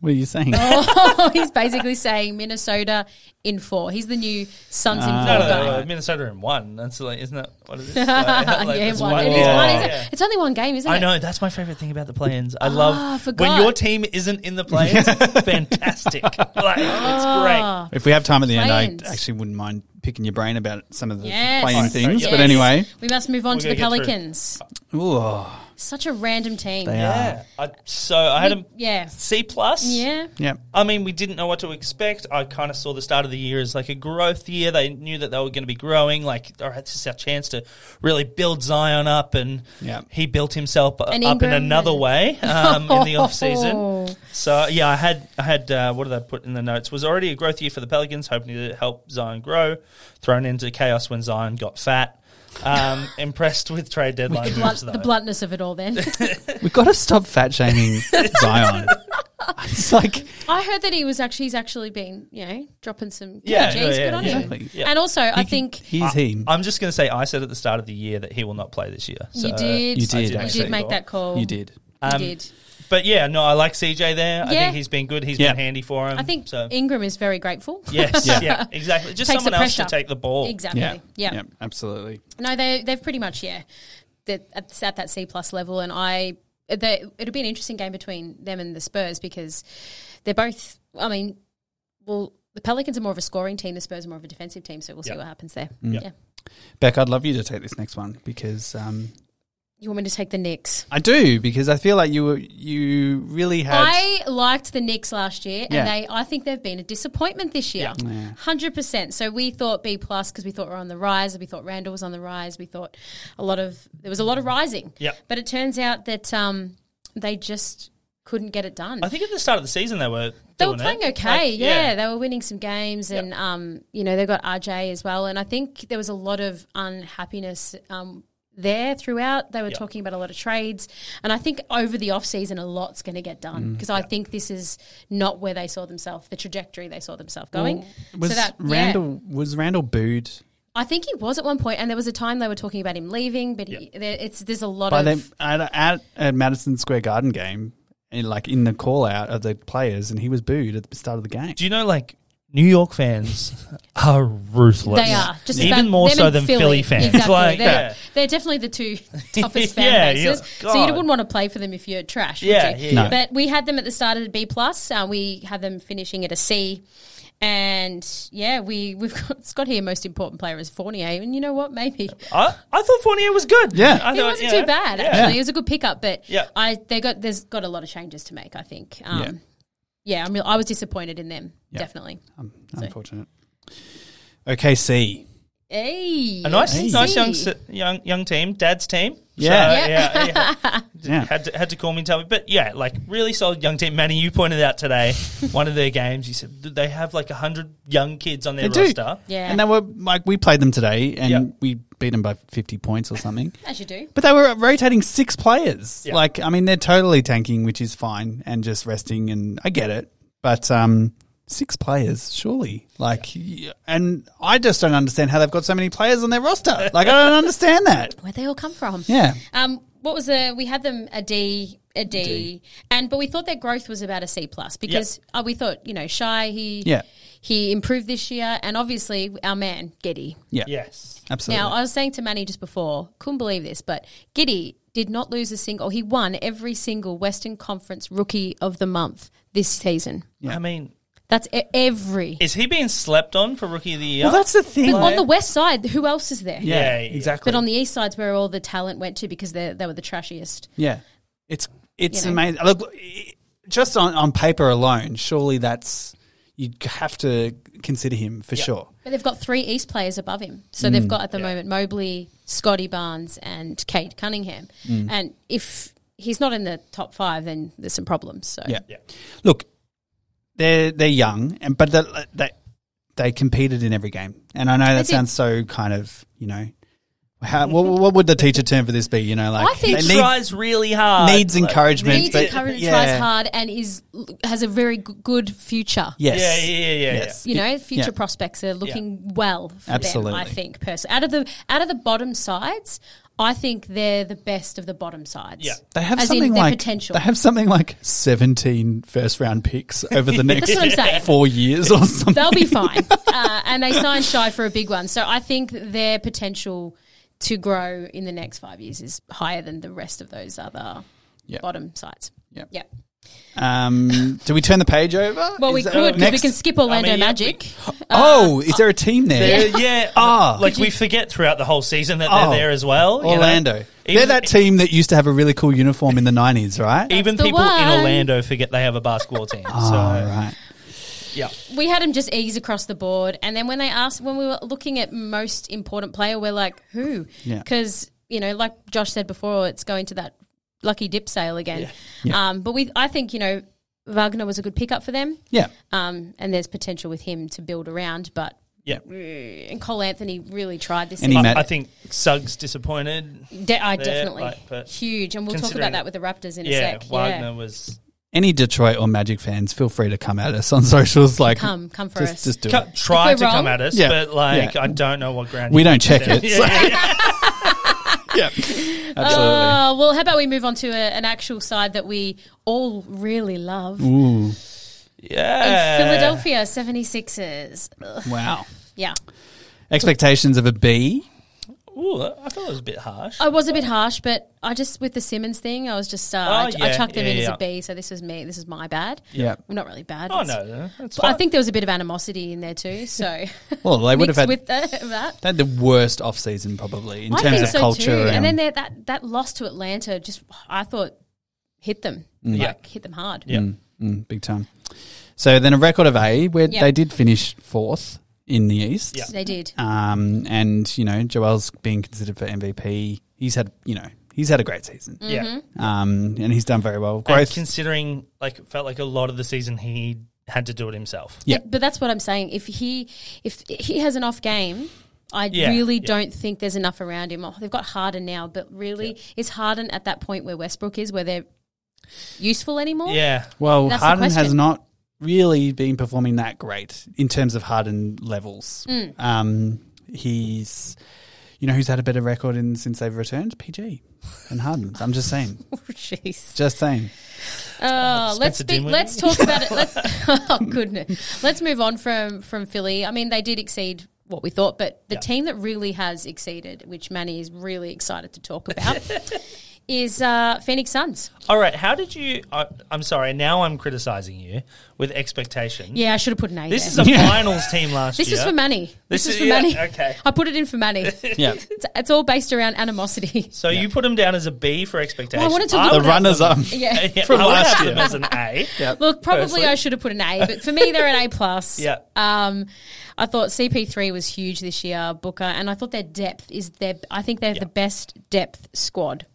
[SPEAKER 5] What are you saying?
[SPEAKER 3] Oh, He's basically saying Minnesota in four. He's the new Suns in
[SPEAKER 5] Oh, Ah.
[SPEAKER 4] No,
[SPEAKER 3] four
[SPEAKER 4] no,
[SPEAKER 3] guy.
[SPEAKER 4] no, Minnesota in one. That's like, isn't that what it is? Like, like,
[SPEAKER 3] yeah,
[SPEAKER 4] it's
[SPEAKER 3] one. It is
[SPEAKER 4] game.
[SPEAKER 3] one, isn't it?
[SPEAKER 4] Yeah.
[SPEAKER 3] It's only one game, isn't it?
[SPEAKER 4] I know that's my favorite thing about the play-ins. I love
[SPEAKER 3] forgot.
[SPEAKER 4] when your team isn't in the play-ins. fantastic, like it's
[SPEAKER 3] Ah.
[SPEAKER 5] If we have time at the end,
[SPEAKER 3] Play-ins.
[SPEAKER 5] I actually wouldn't mind picking your brain about some of the
[SPEAKER 3] Yes.
[SPEAKER 5] playing
[SPEAKER 3] Alright,
[SPEAKER 5] things.
[SPEAKER 4] sorry,
[SPEAKER 5] But
[SPEAKER 3] yes.
[SPEAKER 5] anyway,
[SPEAKER 3] We must move on
[SPEAKER 4] We're
[SPEAKER 3] to the
[SPEAKER 4] gonna get through.
[SPEAKER 3] Pelicans.
[SPEAKER 5] ooh, oh,
[SPEAKER 3] Such a random team.
[SPEAKER 5] They
[SPEAKER 4] great.
[SPEAKER 5] are.
[SPEAKER 4] Yeah. I, so I had a
[SPEAKER 3] Yeah.
[SPEAKER 4] C plus.
[SPEAKER 3] Yeah.
[SPEAKER 5] yeah.
[SPEAKER 4] I mean, we didn't know what to expect. I kind of saw the start of the year as like a growth year. They knew that they were going to be growing. Like, all right, this is our chance to really build Zion up, and
[SPEAKER 5] Yeah.
[SPEAKER 4] he built himself
[SPEAKER 3] And
[SPEAKER 4] up in
[SPEAKER 3] Ingram
[SPEAKER 4] another
[SPEAKER 3] and-
[SPEAKER 4] way um, in the off
[SPEAKER 3] Oh.
[SPEAKER 4] season. So yeah, I had I had uh, what did I put in the notes? Was already a growth year for the Pelicans, hoping to help Zion grow. Thrown into chaos when Zion got fat. Um, impressed with trade deadline
[SPEAKER 3] The,
[SPEAKER 4] moves
[SPEAKER 3] blunt,
[SPEAKER 4] though.
[SPEAKER 3] the bluntness of it all then.
[SPEAKER 5] We've got to stop fat shaming Zion. It's like,
[SPEAKER 3] I heard that he was actually he's actually been, you know, dropping some
[SPEAKER 4] Yeah,
[SPEAKER 3] kgs.
[SPEAKER 4] yeah, yeah,
[SPEAKER 3] good on
[SPEAKER 4] yeah.
[SPEAKER 3] him.
[SPEAKER 5] Exactly.
[SPEAKER 4] Yeah.
[SPEAKER 3] And also I think
[SPEAKER 5] he's him.
[SPEAKER 4] I'm just going to say I said at the start of the year that he will not play this year. So.
[SPEAKER 3] you did
[SPEAKER 5] You did,
[SPEAKER 4] I did
[SPEAKER 3] you
[SPEAKER 5] actually.
[SPEAKER 3] did make that call.
[SPEAKER 5] You did.
[SPEAKER 3] You
[SPEAKER 4] Um,
[SPEAKER 3] did.
[SPEAKER 4] But yeah, no, I like CJ there. I
[SPEAKER 3] Yeah.
[SPEAKER 4] think he's been good. He's
[SPEAKER 5] Yeah.
[SPEAKER 4] been handy for him.
[SPEAKER 3] I think
[SPEAKER 4] um, so.
[SPEAKER 3] Ingram is very grateful.
[SPEAKER 4] yes, yeah. exactly. Just
[SPEAKER 3] Takes the
[SPEAKER 4] someone else to
[SPEAKER 3] pressure.
[SPEAKER 4] take the ball.
[SPEAKER 3] Exactly. Yeah.
[SPEAKER 5] Yeah, absolutely.
[SPEAKER 3] No, they they've pretty much yeah, they're at, at that C plus level, and I they, it'll be an interesting game between them and the Spurs because they're both. I mean, well, the Pelicans are more of a scoring team, the Spurs are more of a defensive team, so we'll see
[SPEAKER 4] Yeah.
[SPEAKER 3] what happens there.
[SPEAKER 5] Mm.
[SPEAKER 3] Yeah,
[SPEAKER 5] Beck, I'd love you to take this next one because um,
[SPEAKER 3] you want me to take the Knicks?
[SPEAKER 5] I do because I feel like you were you really had
[SPEAKER 3] I liked the Knicks last year, and
[SPEAKER 5] Yeah.
[SPEAKER 3] they I think they've been a disappointment this year.
[SPEAKER 5] Yeah.
[SPEAKER 3] Hundred percent. So we thought B plus because we thought we are on the rise. We thought Randall was on the rise. We thought a lot of there was a lot of rising.
[SPEAKER 4] Yeah.
[SPEAKER 3] But it turns out that um, they just couldn't get it done.
[SPEAKER 4] I think at the start of the season they were
[SPEAKER 3] they were
[SPEAKER 4] doing
[SPEAKER 3] playing
[SPEAKER 4] it.
[SPEAKER 3] okay.
[SPEAKER 4] Like,
[SPEAKER 3] yeah. they were winning some games, and um, you know they got RJ as well. And I think there was a lot of unhappiness um, there throughout. They were
[SPEAKER 4] Yeah.
[SPEAKER 3] talking about a lot of trades, and I think over the off season, a lot's going to get done because I think this is not where they saw themselves, the trajectory they saw themselves going.
[SPEAKER 5] was
[SPEAKER 3] yeah.
[SPEAKER 5] Randall was Randall booed
[SPEAKER 3] I think he was at one point, and there was a time they were talking about him leaving, but he, there, it's there's a lot
[SPEAKER 5] by
[SPEAKER 3] of
[SPEAKER 5] them at, at a Madison Square Garden game and like in the call out of the players and he was booed at the start of the game.
[SPEAKER 4] Do you know, like, New York fans are ruthless.
[SPEAKER 3] They are just
[SPEAKER 4] even
[SPEAKER 3] about
[SPEAKER 4] more
[SPEAKER 3] them
[SPEAKER 4] so
[SPEAKER 3] and
[SPEAKER 4] than Philly, fans.
[SPEAKER 3] Exactly.
[SPEAKER 4] Like,
[SPEAKER 3] they're,
[SPEAKER 4] yeah.
[SPEAKER 3] they're definitely the two toughest fan
[SPEAKER 4] Yeah, yeah.
[SPEAKER 3] bases. So you
[SPEAKER 4] God.
[SPEAKER 3] wouldn't want to play for them if you're trash.
[SPEAKER 4] Yeah,
[SPEAKER 3] would
[SPEAKER 4] yeah,
[SPEAKER 3] you?
[SPEAKER 4] yeah. No.
[SPEAKER 3] But we had them at the start of the B plus. Uh, we had them finishing at a C. And yeah, we we've got Scott here. Most important player is Fournier, and you know what? Maybe
[SPEAKER 4] I, I thought Fournier was good.
[SPEAKER 5] Yeah.
[SPEAKER 4] I
[SPEAKER 3] it
[SPEAKER 4] thought,
[SPEAKER 3] wasn't
[SPEAKER 4] you know,
[SPEAKER 3] too bad.
[SPEAKER 4] yeah.
[SPEAKER 3] Actually, it was a good pickup. But
[SPEAKER 4] Yeah.
[SPEAKER 3] I they got there's got a lot of changes to make. I think. Um,
[SPEAKER 5] Yeah.
[SPEAKER 3] yeah, I'm real, I was disappointed in them.
[SPEAKER 5] Yeah.
[SPEAKER 3] Definitely.
[SPEAKER 5] Um, unfortunate. OKC.
[SPEAKER 3] Hey,
[SPEAKER 4] A nice,
[SPEAKER 5] Hey.
[SPEAKER 4] nice young, s- young, young team. Dad's team.
[SPEAKER 5] Yeah.
[SPEAKER 4] So, yeah, yeah.
[SPEAKER 5] Yeah.
[SPEAKER 4] had to, had to call me and tell me. But yeah, like really solid young team. Manny, you pointed out today one of their games. You said th- they have like hundred young kids on their
[SPEAKER 5] They do.
[SPEAKER 4] roster.
[SPEAKER 3] Yeah.
[SPEAKER 5] And they were like we played them today and
[SPEAKER 4] Yeah.
[SPEAKER 5] we beat them by 50 points or something.
[SPEAKER 3] as you do.
[SPEAKER 5] But they were rotating six players.
[SPEAKER 4] Yeah.
[SPEAKER 5] Like, I mean, they're totally tanking, which is fine, and just resting, and I get it. But um, six players, surely. Like, y and I just don't understand how they've got so many players on their roster. Like, I don't understand that.
[SPEAKER 3] Where they all come from?
[SPEAKER 5] Yeah.
[SPEAKER 3] Um, what was the? We had them a D, a D, and but we thought their growth was about a C plus because uh, we thought you know shy he
[SPEAKER 5] Yeah.
[SPEAKER 3] he improved this year, and obviously our man Giddy.
[SPEAKER 5] Yeah.
[SPEAKER 4] Yes.
[SPEAKER 5] Absolutely.
[SPEAKER 3] Now I was saying to Manny just before, couldn't believe this, but Giddy did not lose a single. He won every single Western Conference Rookie of the Month this season.
[SPEAKER 5] Yeah.
[SPEAKER 4] I mean,
[SPEAKER 3] That's e- every.
[SPEAKER 4] is he being slept on for rookie of the year?
[SPEAKER 5] well, that's the thing.
[SPEAKER 3] But on the West Side, who else is there?
[SPEAKER 5] yeah,
[SPEAKER 4] Yeah, yeah.
[SPEAKER 5] exactly.
[SPEAKER 3] But on the East Side's where all the talent went to because they they were the trashiest.
[SPEAKER 5] yeah. It's, it's
[SPEAKER 3] You know.
[SPEAKER 5] amazing. Look, i- just on, on paper alone, surely that's, you have to consider him for sure.
[SPEAKER 3] But they've got three East players above him. So
[SPEAKER 5] Mm.
[SPEAKER 3] they've got at the moment Mobley, Scotty Barnes, and Kate Cunningham.
[SPEAKER 5] Mm.
[SPEAKER 3] And if he's not in the top five, then there's some problems. So
[SPEAKER 5] Yeah.
[SPEAKER 4] Yeah.
[SPEAKER 5] Look, they're they're young, and but they, they they competed in every game, and I know that
[SPEAKER 3] They did.
[SPEAKER 5] sounds so kind of you know, how, what, what would the teacher term for this be? You know, like
[SPEAKER 3] I think
[SPEAKER 5] they
[SPEAKER 4] He
[SPEAKER 5] need-
[SPEAKER 4] tries really hard.
[SPEAKER 5] needs
[SPEAKER 4] Like,
[SPEAKER 5] encouragement.
[SPEAKER 3] needs
[SPEAKER 5] but-
[SPEAKER 3] encouragement,
[SPEAKER 5] yeah.
[SPEAKER 3] tries hard, and is has a very g- good future.
[SPEAKER 5] Yes.
[SPEAKER 4] Yeah, yeah, yeah, yeah,
[SPEAKER 5] Yes.
[SPEAKER 3] You know, future
[SPEAKER 5] Yeah.
[SPEAKER 3] prospects are looking well for them. I
[SPEAKER 5] Absolutely.
[SPEAKER 3] think personally, out of the out of the bottom sides, I think they're the best of the bottom sides.
[SPEAKER 4] Yeah.
[SPEAKER 5] They have
[SPEAKER 3] As in
[SPEAKER 5] something
[SPEAKER 3] their
[SPEAKER 5] like
[SPEAKER 3] potential.
[SPEAKER 5] they have something like 17 first round picks over the next
[SPEAKER 3] That's what I'm saying.
[SPEAKER 5] four years or something.
[SPEAKER 3] They'll be fine. uh, and they signed Shy for a big one. So I think their potential to grow in the next five years is higher than the rest of those other
[SPEAKER 5] Yeah.
[SPEAKER 3] bottom sides.
[SPEAKER 5] Yeah.
[SPEAKER 3] Yeah.
[SPEAKER 5] Um, do we turn the page over?
[SPEAKER 3] Well, we
[SPEAKER 5] Is that-
[SPEAKER 3] could because we
[SPEAKER 5] next-
[SPEAKER 3] can skip uh, Orlando
[SPEAKER 4] I mean, yeah,
[SPEAKER 3] Magic.
[SPEAKER 5] Oh, is there a team there?
[SPEAKER 4] Yeah, yeah.
[SPEAKER 5] Ah.
[SPEAKER 4] like we forget throughout the whole season that
[SPEAKER 5] Oh.
[SPEAKER 4] they're there as well. you know?
[SPEAKER 5] Orlando. They're
[SPEAKER 4] Even-
[SPEAKER 5] that team that used to have a really cool uniform in the 90s, right?
[SPEAKER 4] Even
[SPEAKER 3] That's the
[SPEAKER 4] people in
[SPEAKER 3] one.
[SPEAKER 4] Orlando forget they have a basketball team.
[SPEAKER 5] Oh,
[SPEAKER 4] so
[SPEAKER 5] right.
[SPEAKER 4] yeah,
[SPEAKER 3] we had them just ease across the board, and then when they asked, when we were looking at most important player, we're like, who?
[SPEAKER 5] Yeah.
[SPEAKER 3] Because you know, like Josh said before, it's going to that lucky dip sale again. Um, but we, I think you know, Wagner was a good pickup for them,
[SPEAKER 5] Yeah.
[SPEAKER 3] um, and there's potential with him to build around. But Mm,
[SPEAKER 4] yeah.
[SPEAKER 3] and Cole Anthony really tried this.
[SPEAKER 5] And he
[SPEAKER 3] season.
[SPEAKER 5] ma-
[SPEAKER 4] I, I think Suggs disappointed.
[SPEAKER 3] De- I
[SPEAKER 4] there,
[SPEAKER 3] definitely
[SPEAKER 4] like, but
[SPEAKER 3] huge, and we'll talk
[SPEAKER 4] considering-
[SPEAKER 3] about that with the Raptors in
[SPEAKER 4] Yeah,
[SPEAKER 3] a sec.
[SPEAKER 4] Wagner
[SPEAKER 3] Yeah.
[SPEAKER 4] was.
[SPEAKER 5] Any Detroit or Magic fans, feel free to come at us on socials. Like,
[SPEAKER 3] Come, come for
[SPEAKER 5] just,
[SPEAKER 3] us.
[SPEAKER 5] Just do
[SPEAKER 4] Come,
[SPEAKER 5] it.
[SPEAKER 4] try
[SPEAKER 3] If
[SPEAKER 4] to
[SPEAKER 3] we're
[SPEAKER 4] come
[SPEAKER 3] wrong-
[SPEAKER 4] at us,
[SPEAKER 5] Yeah.
[SPEAKER 4] but like
[SPEAKER 5] Yeah.
[SPEAKER 4] I don't know what ground
[SPEAKER 5] We
[SPEAKER 4] you
[SPEAKER 5] don't check it.
[SPEAKER 4] Yeah,
[SPEAKER 5] so-
[SPEAKER 4] yeah, yeah.
[SPEAKER 5] yeah. Absolutely.
[SPEAKER 3] Uh, well, how about we move on to a, an actual side that we all really love?
[SPEAKER 5] Ooh.
[SPEAKER 4] Yeah.
[SPEAKER 3] It's Philadelphia 76ers. Ugh,
[SPEAKER 5] Wow.
[SPEAKER 3] Yeah.
[SPEAKER 5] Expectations of a B.
[SPEAKER 4] Ooh, I thought it was a bit harsh.
[SPEAKER 3] I was a bit harsh, but I just, with the Simmons thing, I was just, uh, I,
[SPEAKER 4] Oh,
[SPEAKER 3] I
[SPEAKER 4] yeah,
[SPEAKER 3] chucked them
[SPEAKER 4] yeah,
[SPEAKER 3] in as
[SPEAKER 4] yeah.
[SPEAKER 3] a B, so this was me, this is my bad.
[SPEAKER 5] Yeah.
[SPEAKER 3] Well, not really bad.
[SPEAKER 4] oh
[SPEAKER 3] it's-
[SPEAKER 4] no, that's
[SPEAKER 3] but I
[SPEAKER 4] fine.
[SPEAKER 3] think there was a bit of animosity in there too, so
[SPEAKER 5] Well, they would have
[SPEAKER 3] mixed
[SPEAKER 5] had
[SPEAKER 3] with the, that.
[SPEAKER 5] they had the worst off season probably in
[SPEAKER 3] I
[SPEAKER 5] terms
[SPEAKER 3] think
[SPEAKER 5] of
[SPEAKER 3] so
[SPEAKER 5] culture.
[SPEAKER 3] too. And then
[SPEAKER 5] and-
[SPEAKER 3] there- that, that loss to Atlanta just, I thought, hit them.
[SPEAKER 4] Yeah.
[SPEAKER 3] Like, hit them hard.
[SPEAKER 4] Yeah.
[SPEAKER 5] Mm, big time. So then a record of A where
[SPEAKER 3] Yeah.
[SPEAKER 5] they did finish fourth in the East.
[SPEAKER 4] Yeah.
[SPEAKER 3] They did.
[SPEAKER 5] Um, and you know Joel's being considered for MVP. He's had you know he's had a great season.
[SPEAKER 4] yeah.
[SPEAKER 3] Mm-hmm.
[SPEAKER 5] Um, and he's done very well.
[SPEAKER 4] And
[SPEAKER 5] Growth.
[SPEAKER 4] considering, like, it felt like a lot of the season he had to do it himself.
[SPEAKER 5] Yeah.
[SPEAKER 3] But that's what I'm saying. If he if he has an off game, I
[SPEAKER 4] Yeah,
[SPEAKER 3] really
[SPEAKER 4] yeah.
[SPEAKER 3] don't think there's enough around him. Oh, they've got Harden now, but really, it's Harden at that point where Westbrook is, where they're useful anymore.
[SPEAKER 4] Yeah,
[SPEAKER 5] well,
[SPEAKER 3] That's the
[SPEAKER 5] Harden has
[SPEAKER 3] question.
[SPEAKER 5] not really been performing that great in terms of Harden levels.
[SPEAKER 3] Hmm.
[SPEAKER 5] Um, he's you know who's had a better record in since they've returned PG and Harden. I'm just saying,
[SPEAKER 3] Oh, Jeez.
[SPEAKER 5] just saying.
[SPEAKER 3] Oh, let's
[SPEAKER 4] Uh, Spencer
[SPEAKER 3] be,
[SPEAKER 4] Dinwiddie.
[SPEAKER 3] let's talk about it. Let's oh goodness, let's move on from from Philly. I mean, they did exceed what we thought, but the
[SPEAKER 4] Yeah.
[SPEAKER 3] team that really has exceeded, which Manny is really excited to talk about, is uh, Phoenix Suns.
[SPEAKER 4] All right. How did you? I I'm sorry. Now I'm criticizing you with expectation.
[SPEAKER 3] Yeah, I should have put an A.
[SPEAKER 4] This
[SPEAKER 3] there.
[SPEAKER 4] is a finals team last
[SPEAKER 3] This
[SPEAKER 4] year.
[SPEAKER 3] is for Manny. This,
[SPEAKER 4] This
[SPEAKER 3] is,
[SPEAKER 4] is-
[SPEAKER 3] for
[SPEAKER 4] yeah,
[SPEAKER 3] Manny.
[SPEAKER 4] okay.
[SPEAKER 3] I put it in for Manny. it's,
[SPEAKER 5] Yeah,
[SPEAKER 3] it's all based around animosity.
[SPEAKER 4] So you put him down as a B for expectation.
[SPEAKER 3] Well, I wanted to
[SPEAKER 5] the
[SPEAKER 3] look at-
[SPEAKER 5] runners up.
[SPEAKER 3] Yeah.
[SPEAKER 4] yeah,
[SPEAKER 5] from
[SPEAKER 4] I would
[SPEAKER 5] last
[SPEAKER 4] have
[SPEAKER 5] year.
[SPEAKER 4] them as an A. yeah.
[SPEAKER 3] Look, probably
[SPEAKER 4] Firstly.
[SPEAKER 3] I should have put an A, but for me, they're an A plus.
[SPEAKER 4] Yeah.
[SPEAKER 3] Um, I thought CP3 was huge this year, Booker, and I thought their depth is their. I think they're
[SPEAKER 4] Yeah.
[SPEAKER 3] the best depth squad.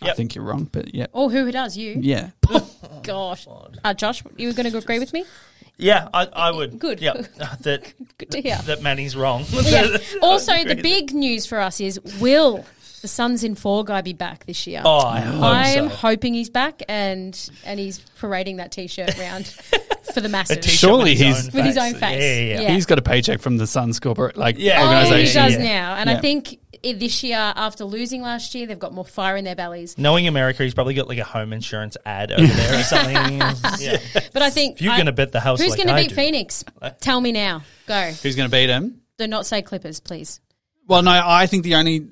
[SPEAKER 5] I think you're wrong, but yeah,
[SPEAKER 3] Oh, who does you?
[SPEAKER 5] yeah.
[SPEAKER 3] Gosh,
[SPEAKER 4] Oh,
[SPEAKER 3] uh, Josh, you were going to agree with me?
[SPEAKER 4] I, I would.
[SPEAKER 3] Good.
[SPEAKER 4] Yeah. uh, That
[SPEAKER 3] Good to hear.
[SPEAKER 4] that Manny's wrong.
[SPEAKER 3] Yeah. Also,
[SPEAKER 4] I agree
[SPEAKER 3] the
[SPEAKER 4] with
[SPEAKER 3] big news for us is will the Suns in four guy be back this year?
[SPEAKER 4] Oh, I hope
[SPEAKER 3] I am
[SPEAKER 4] so.
[SPEAKER 3] hoping he's back and and he's parading that t-shirt around for the
[SPEAKER 4] A
[SPEAKER 3] masses.
[SPEAKER 4] t-shirt
[SPEAKER 5] Surely
[SPEAKER 4] with his
[SPEAKER 5] he's-
[SPEAKER 4] own
[SPEAKER 3] With his
[SPEAKER 4] face.
[SPEAKER 3] own face.
[SPEAKER 4] Yeah, yeah, yeah.
[SPEAKER 3] Yeah.
[SPEAKER 5] He's got a paycheck from the Suns corporate like
[SPEAKER 4] Yeah.
[SPEAKER 3] Oh, he
[SPEAKER 5] organization.
[SPEAKER 3] does
[SPEAKER 4] Yeah.
[SPEAKER 3] now, and
[SPEAKER 5] Yeah.
[SPEAKER 3] I think i- this year, after losing last year, they've got more fire in their bellies.
[SPEAKER 4] Knowing America, he's probably got like a home insurance ad over there or something. yeah.
[SPEAKER 3] But I think
[SPEAKER 4] If you're
[SPEAKER 3] I-
[SPEAKER 4] going to bet the house,
[SPEAKER 3] who's
[SPEAKER 4] like
[SPEAKER 3] going to
[SPEAKER 4] I
[SPEAKER 3] beat
[SPEAKER 4] do,
[SPEAKER 3] Phoenix? Tell me now. Go.
[SPEAKER 5] Who's going to beat him?
[SPEAKER 3] Do not say Clippers, please.
[SPEAKER 5] Well, no, I think the only.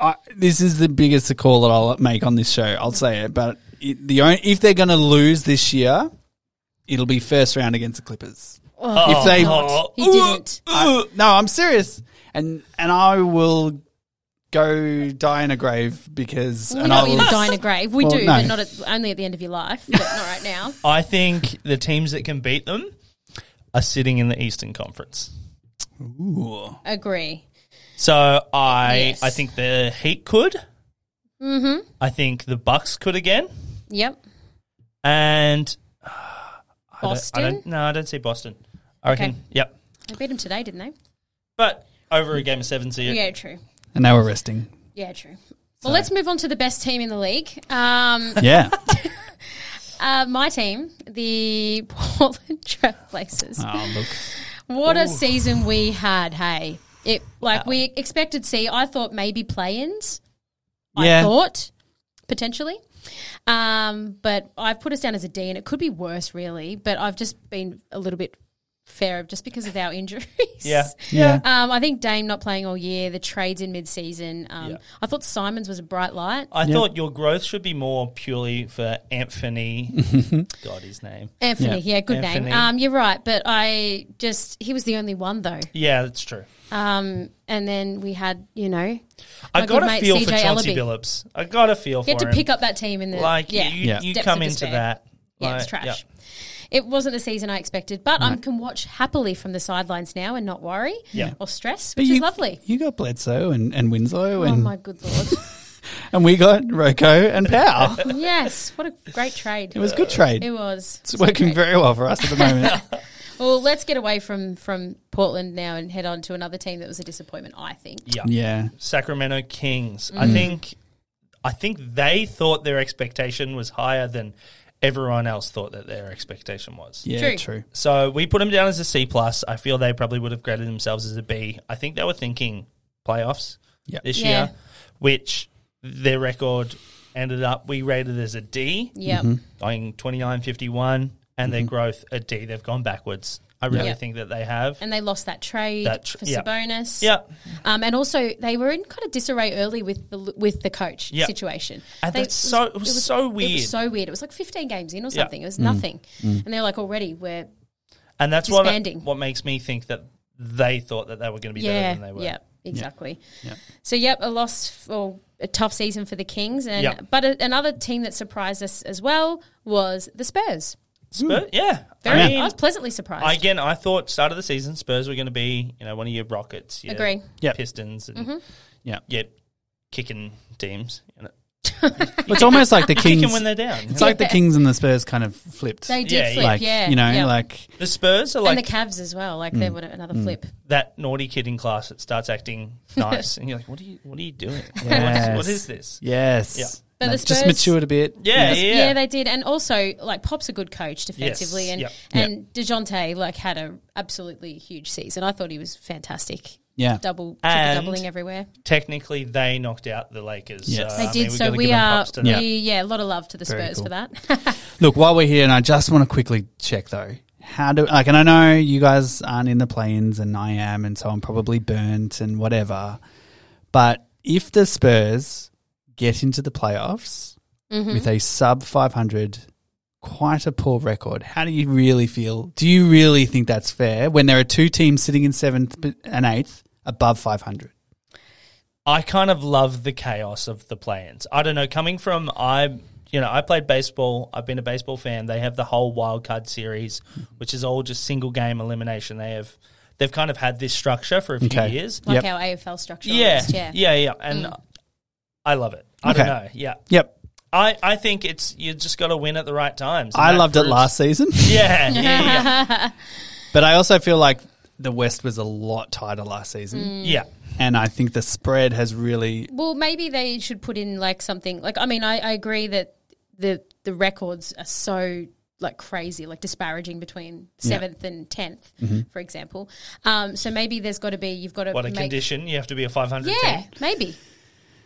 [SPEAKER 5] I, this is the biggest call that I'll make on this show. I'll say it, but it, the only, if they're going to lose this year, it'll be first round against the Clippers. if they
[SPEAKER 4] Oh.
[SPEAKER 3] He didn't.
[SPEAKER 5] I- no, I'm serious, and and I will go die in a grave because
[SPEAKER 3] We're
[SPEAKER 5] and
[SPEAKER 3] not
[SPEAKER 5] I'll,
[SPEAKER 3] going to die in a grave. We
[SPEAKER 5] Well,
[SPEAKER 3] do,
[SPEAKER 5] no.
[SPEAKER 3] but not at, only at the end of your life, but not right now.
[SPEAKER 4] I think the teams that can beat them are sitting in the Eastern Conference.
[SPEAKER 5] Ooh.
[SPEAKER 3] Agree.
[SPEAKER 4] So I
[SPEAKER 3] Yes.
[SPEAKER 4] I think the Heat could. Mm-hmm. I think the Bucks could again,
[SPEAKER 3] Yep.
[SPEAKER 4] and I don't-
[SPEAKER 3] Boston.
[SPEAKER 4] I don't, no, I don't see Boston. I reckon.
[SPEAKER 3] Okay.
[SPEAKER 4] Yep.
[SPEAKER 3] They beat him today, didn't they?
[SPEAKER 4] But over a game of seven, so you-
[SPEAKER 3] Yeah, true.
[SPEAKER 5] and they were resting.
[SPEAKER 3] Yeah, true. Well, let's move on to the best team in the league. Um,
[SPEAKER 5] Yeah,
[SPEAKER 3] uh, my team, the Portland Trailblazers.
[SPEAKER 5] oh, look,
[SPEAKER 3] What a season we had! Hey, it like we expected. See, I thought maybe play-ins.
[SPEAKER 5] Yeah.
[SPEAKER 3] I thought, potentially. Um, but I've put us down as a D, and it could be worse, really. But I've just been a little bit fair just because of our injuries.
[SPEAKER 4] Yeah.
[SPEAKER 5] Yeah.
[SPEAKER 3] Um, I think Dame not playing all year, the trades in mid-season. Um,
[SPEAKER 4] Yeah.
[SPEAKER 3] I thought Simons was a bright light.
[SPEAKER 4] I thought your growth should be more purely for Anthony. God, his name.
[SPEAKER 3] Anthony, yeah, good
[SPEAKER 4] Anthony.
[SPEAKER 3] name. Um, you're right, but I just he was the only one though.
[SPEAKER 4] Yeah, that's true.
[SPEAKER 3] Um, and then we had you know
[SPEAKER 4] I
[SPEAKER 3] My
[SPEAKER 4] got
[SPEAKER 3] good
[SPEAKER 4] a
[SPEAKER 3] mate,
[SPEAKER 4] feel for
[SPEAKER 3] CJ
[SPEAKER 4] Chauncey
[SPEAKER 3] Ellaby.
[SPEAKER 4] Billups. I got a feel
[SPEAKER 3] you
[SPEAKER 4] for
[SPEAKER 3] had to
[SPEAKER 4] him.
[SPEAKER 3] pick up that team in the
[SPEAKER 4] like
[SPEAKER 3] yeah
[SPEAKER 4] you,
[SPEAKER 5] Yeah.
[SPEAKER 4] you
[SPEAKER 3] Depth
[SPEAKER 4] come
[SPEAKER 3] of
[SPEAKER 4] into
[SPEAKER 3] despair.
[SPEAKER 4] that.
[SPEAKER 3] yeah it's
[SPEAKER 4] Like,
[SPEAKER 3] trash.
[SPEAKER 4] yeah.
[SPEAKER 3] It wasn't the season I expected, but I can watch happily from the sidelines now and not worry
[SPEAKER 4] Yeah.
[SPEAKER 3] or stress,
[SPEAKER 5] But
[SPEAKER 3] which
[SPEAKER 5] you,
[SPEAKER 3] is lovely.
[SPEAKER 5] You got Bledsoe and, and
[SPEAKER 3] Oh
[SPEAKER 5] Winslow, and,
[SPEAKER 3] my good lord!
[SPEAKER 5] and we got Roko and Powell.
[SPEAKER 3] yes, what a great trade
[SPEAKER 5] it was a good trade.
[SPEAKER 3] It was.
[SPEAKER 5] it's working very well for us at the moment.
[SPEAKER 3] Well, let's get away from from Portland now and head on to another team that was a disappointment. I think.
[SPEAKER 5] Mm-hmm.
[SPEAKER 4] Yeah.
[SPEAKER 5] yeah.
[SPEAKER 4] Sacramento Kings. I think I think they thought their expectation was higher than everyone else thought that their expectation was.
[SPEAKER 5] Yeah,
[SPEAKER 3] True.
[SPEAKER 5] true.
[SPEAKER 4] So we put them down as a C plus. I feel they probably would have graded themselves as a B. I think they were thinking playoffs
[SPEAKER 5] Yep.
[SPEAKER 4] this
[SPEAKER 3] Yeah.
[SPEAKER 4] year, which their record ended up we rated as a D,
[SPEAKER 3] Yeah.
[SPEAKER 4] going twenty nine fifty one, and their growth a D. They've gone backwards. I really
[SPEAKER 3] Yeah.
[SPEAKER 4] think that they have.
[SPEAKER 3] And they lost that trade
[SPEAKER 4] That tr-
[SPEAKER 3] for
[SPEAKER 4] yeah.
[SPEAKER 3] Sabonis.
[SPEAKER 4] yeah,
[SPEAKER 3] Um, and also they were in kind of disarray early with the with the coach
[SPEAKER 4] Yeah.
[SPEAKER 3] situation.
[SPEAKER 4] and
[SPEAKER 3] They-
[SPEAKER 4] that's so it was, so weird.
[SPEAKER 3] It was so weird. It was like 15 games in or
[SPEAKER 4] Yeah.
[SPEAKER 3] something. It was
[SPEAKER 5] Mm.
[SPEAKER 3] nothing. And they're like, already we're
[SPEAKER 4] And that's what,
[SPEAKER 3] Disbanding.
[SPEAKER 4] what makes me think that they thought that they were going to be
[SPEAKER 3] yeah,
[SPEAKER 4] better than they were.
[SPEAKER 3] yeah, exactly.
[SPEAKER 5] Yeah.
[SPEAKER 3] So yep, a loss or a tough season for the Kings, and
[SPEAKER 4] Yeah.
[SPEAKER 3] but a, another team that surprised us as well was the Spurs.
[SPEAKER 5] Hmm.
[SPEAKER 4] Spurs, yeah.
[SPEAKER 3] Very,
[SPEAKER 4] I
[SPEAKER 3] I,
[SPEAKER 4] mean,
[SPEAKER 3] was pleasantly surprised.
[SPEAKER 4] again, I thought start of the season Spurs were going to be, you know, one of your Rockets, your
[SPEAKER 3] Agree. Mm-hmm.
[SPEAKER 5] Yep.
[SPEAKER 4] Pistons, and
[SPEAKER 5] Yeah.
[SPEAKER 4] your kicking teams. You know,
[SPEAKER 5] It's almost like the
[SPEAKER 4] kicking
[SPEAKER 5] Kings.
[SPEAKER 4] when they're down. you
[SPEAKER 5] It's
[SPEAKER 4] know.
[SPEAKER 5] like the Kings and the Spurs kind of flipped.
[SPEAKER 3] they did
[SPEAKER 4] yeah,
[SPEAKER 3] flip,
[SPEAKER 5] like
[SPEAKER 3] yeah,
[SPEAKER 5] you know,
[SPEAKER 3] yeah.
[SPEAKER 5] like Mm.
[SPEAKER 4] the Spurs are
[SPEAKER 3] and
[SPEAKER 4] like
[SPEAKER 3] the Cavs as well. Like they were another flip.
[SPEAKER 4] that naughty kid in class that starts acting nice, and you're like, "What are you? What are you doing?
[SPEAKER 5] Yes.
[SPEAKER 4] What, is, what is this?"
[SPEAKER 5] yes,
[SPEAKER 4] Yeah.
[SPEAKER 3] But the
[SPEAKER 5] Like, just
[SPEAKER 3] Spurs-
[SPEAKER 5] matured a bit.
[SPEAKER 4] Yeah, yeah,
[SPEAKER 3] yeah.
[SPEAKER 4] yeah.
[SPEAKER 3] they did, and also like Pop's a good coach defensively,
[SPEAKER 4] Yes,
[SPEAKER 3] and
[SPEAKER 4] yep.
[SPEAKER 3] and Dejounte like had a absolutely huge season. I thought he was fantastic.
[SPEAKER 5] Yeah.
[SPEAKER 3] double
[SPEAKER 4] And-
[SPEAKER 3] triple doubling everywhere.
[SPEAKER 4] Technically, they knocked out the Lakers. Uh,
[SPEAKER 5] Yes.
[SPEAKER 3] They
[SPEAKER 4] I
[SPEAKER 3] did,
[SPEAKER 4] mean, we've
[SPEAKER 3] so
[SPEAKER 4] gotta give
[SPEAKER 3] we
[SPEAKER 4] them
[SPEAKER 3] are
[SPEAKER 4] props to
[SPEAKER 3] we,
[SPEAKER 4] them.
[SPEAKER 3] yeah. a lot of love to the
[SPEAKER 5] Very
[SPEAKER 3] Spurs
[SPEAKER 5] cool.
[SPEAKER 3] for that.
[SPEAKER 5] Look, while we're here, and I just want to quickly check though. How do like, and I know you guys aren't in the play-ins, and I am, and so I'm probably burnt and whatever. But if the Spurs get into the playoffs
[SPEAKER 3] Mm-hmm.
[SPEAKER 5] with a sub 500, quite a poor record, how do you really feel? Do you really think that's fair when there are two teams sitting in seventh and eighth above 500?
[SPEAKER 4] I kind of love the chaos of the play-ins. I don't know, coming from I, you know, I played baseball. I've been a baseball fan. They have the whole wild card series, which is all just single game elimination. They have, they've kind of had this structure for a few
[SPEAKER 5] Okay.
[SPEAKER 4] years.
[SPEAKER 3] like
[SPEAKER 5] Yep.
[SPEAKER 3] our AFL structure,
[SPEAKER 4] Yeah,
[SPEAKER 3] almost, yeah, Mm.
[SPEAKER 4] yeah, yeah, and I love it. I don't
[SPEAKER 5] Okay.
[SPEAKER 4] know. Yeah,
[SPEAKER 5] Yep,
[SPEAKER 4] I, I think it's you just got to win at the right times. and
[SPEAKER 5] I
[SPEAKER 4] that
[SPEAKER 5] loved it
[SPEAKER 4] proves-
[SPEAKER 5] last season.
[SPEAKER 4] Yeah, yeah, yeah,
[SPEAKER 5] But I also feel like the West was a lot tighter last season.
[SPEAKER 3] Mm.
[SPEAKER 4] yeah.
[SPEAKER 5] And I think the spread has really.
[SPEAKER 3] Well, maybe they should put in like something like I mean, I, I agree that the the records are so like crazy, like disparaging between seventh and 10th for example. Um, so maybe there's got to be you've got to
[SPEAKER 4] Mm-hmm. What a
[SPEAKER 3] make,
[SPEAKER 4] condition! You have to be a five hundred.
[SPEAKER 3] Yeah, maybe.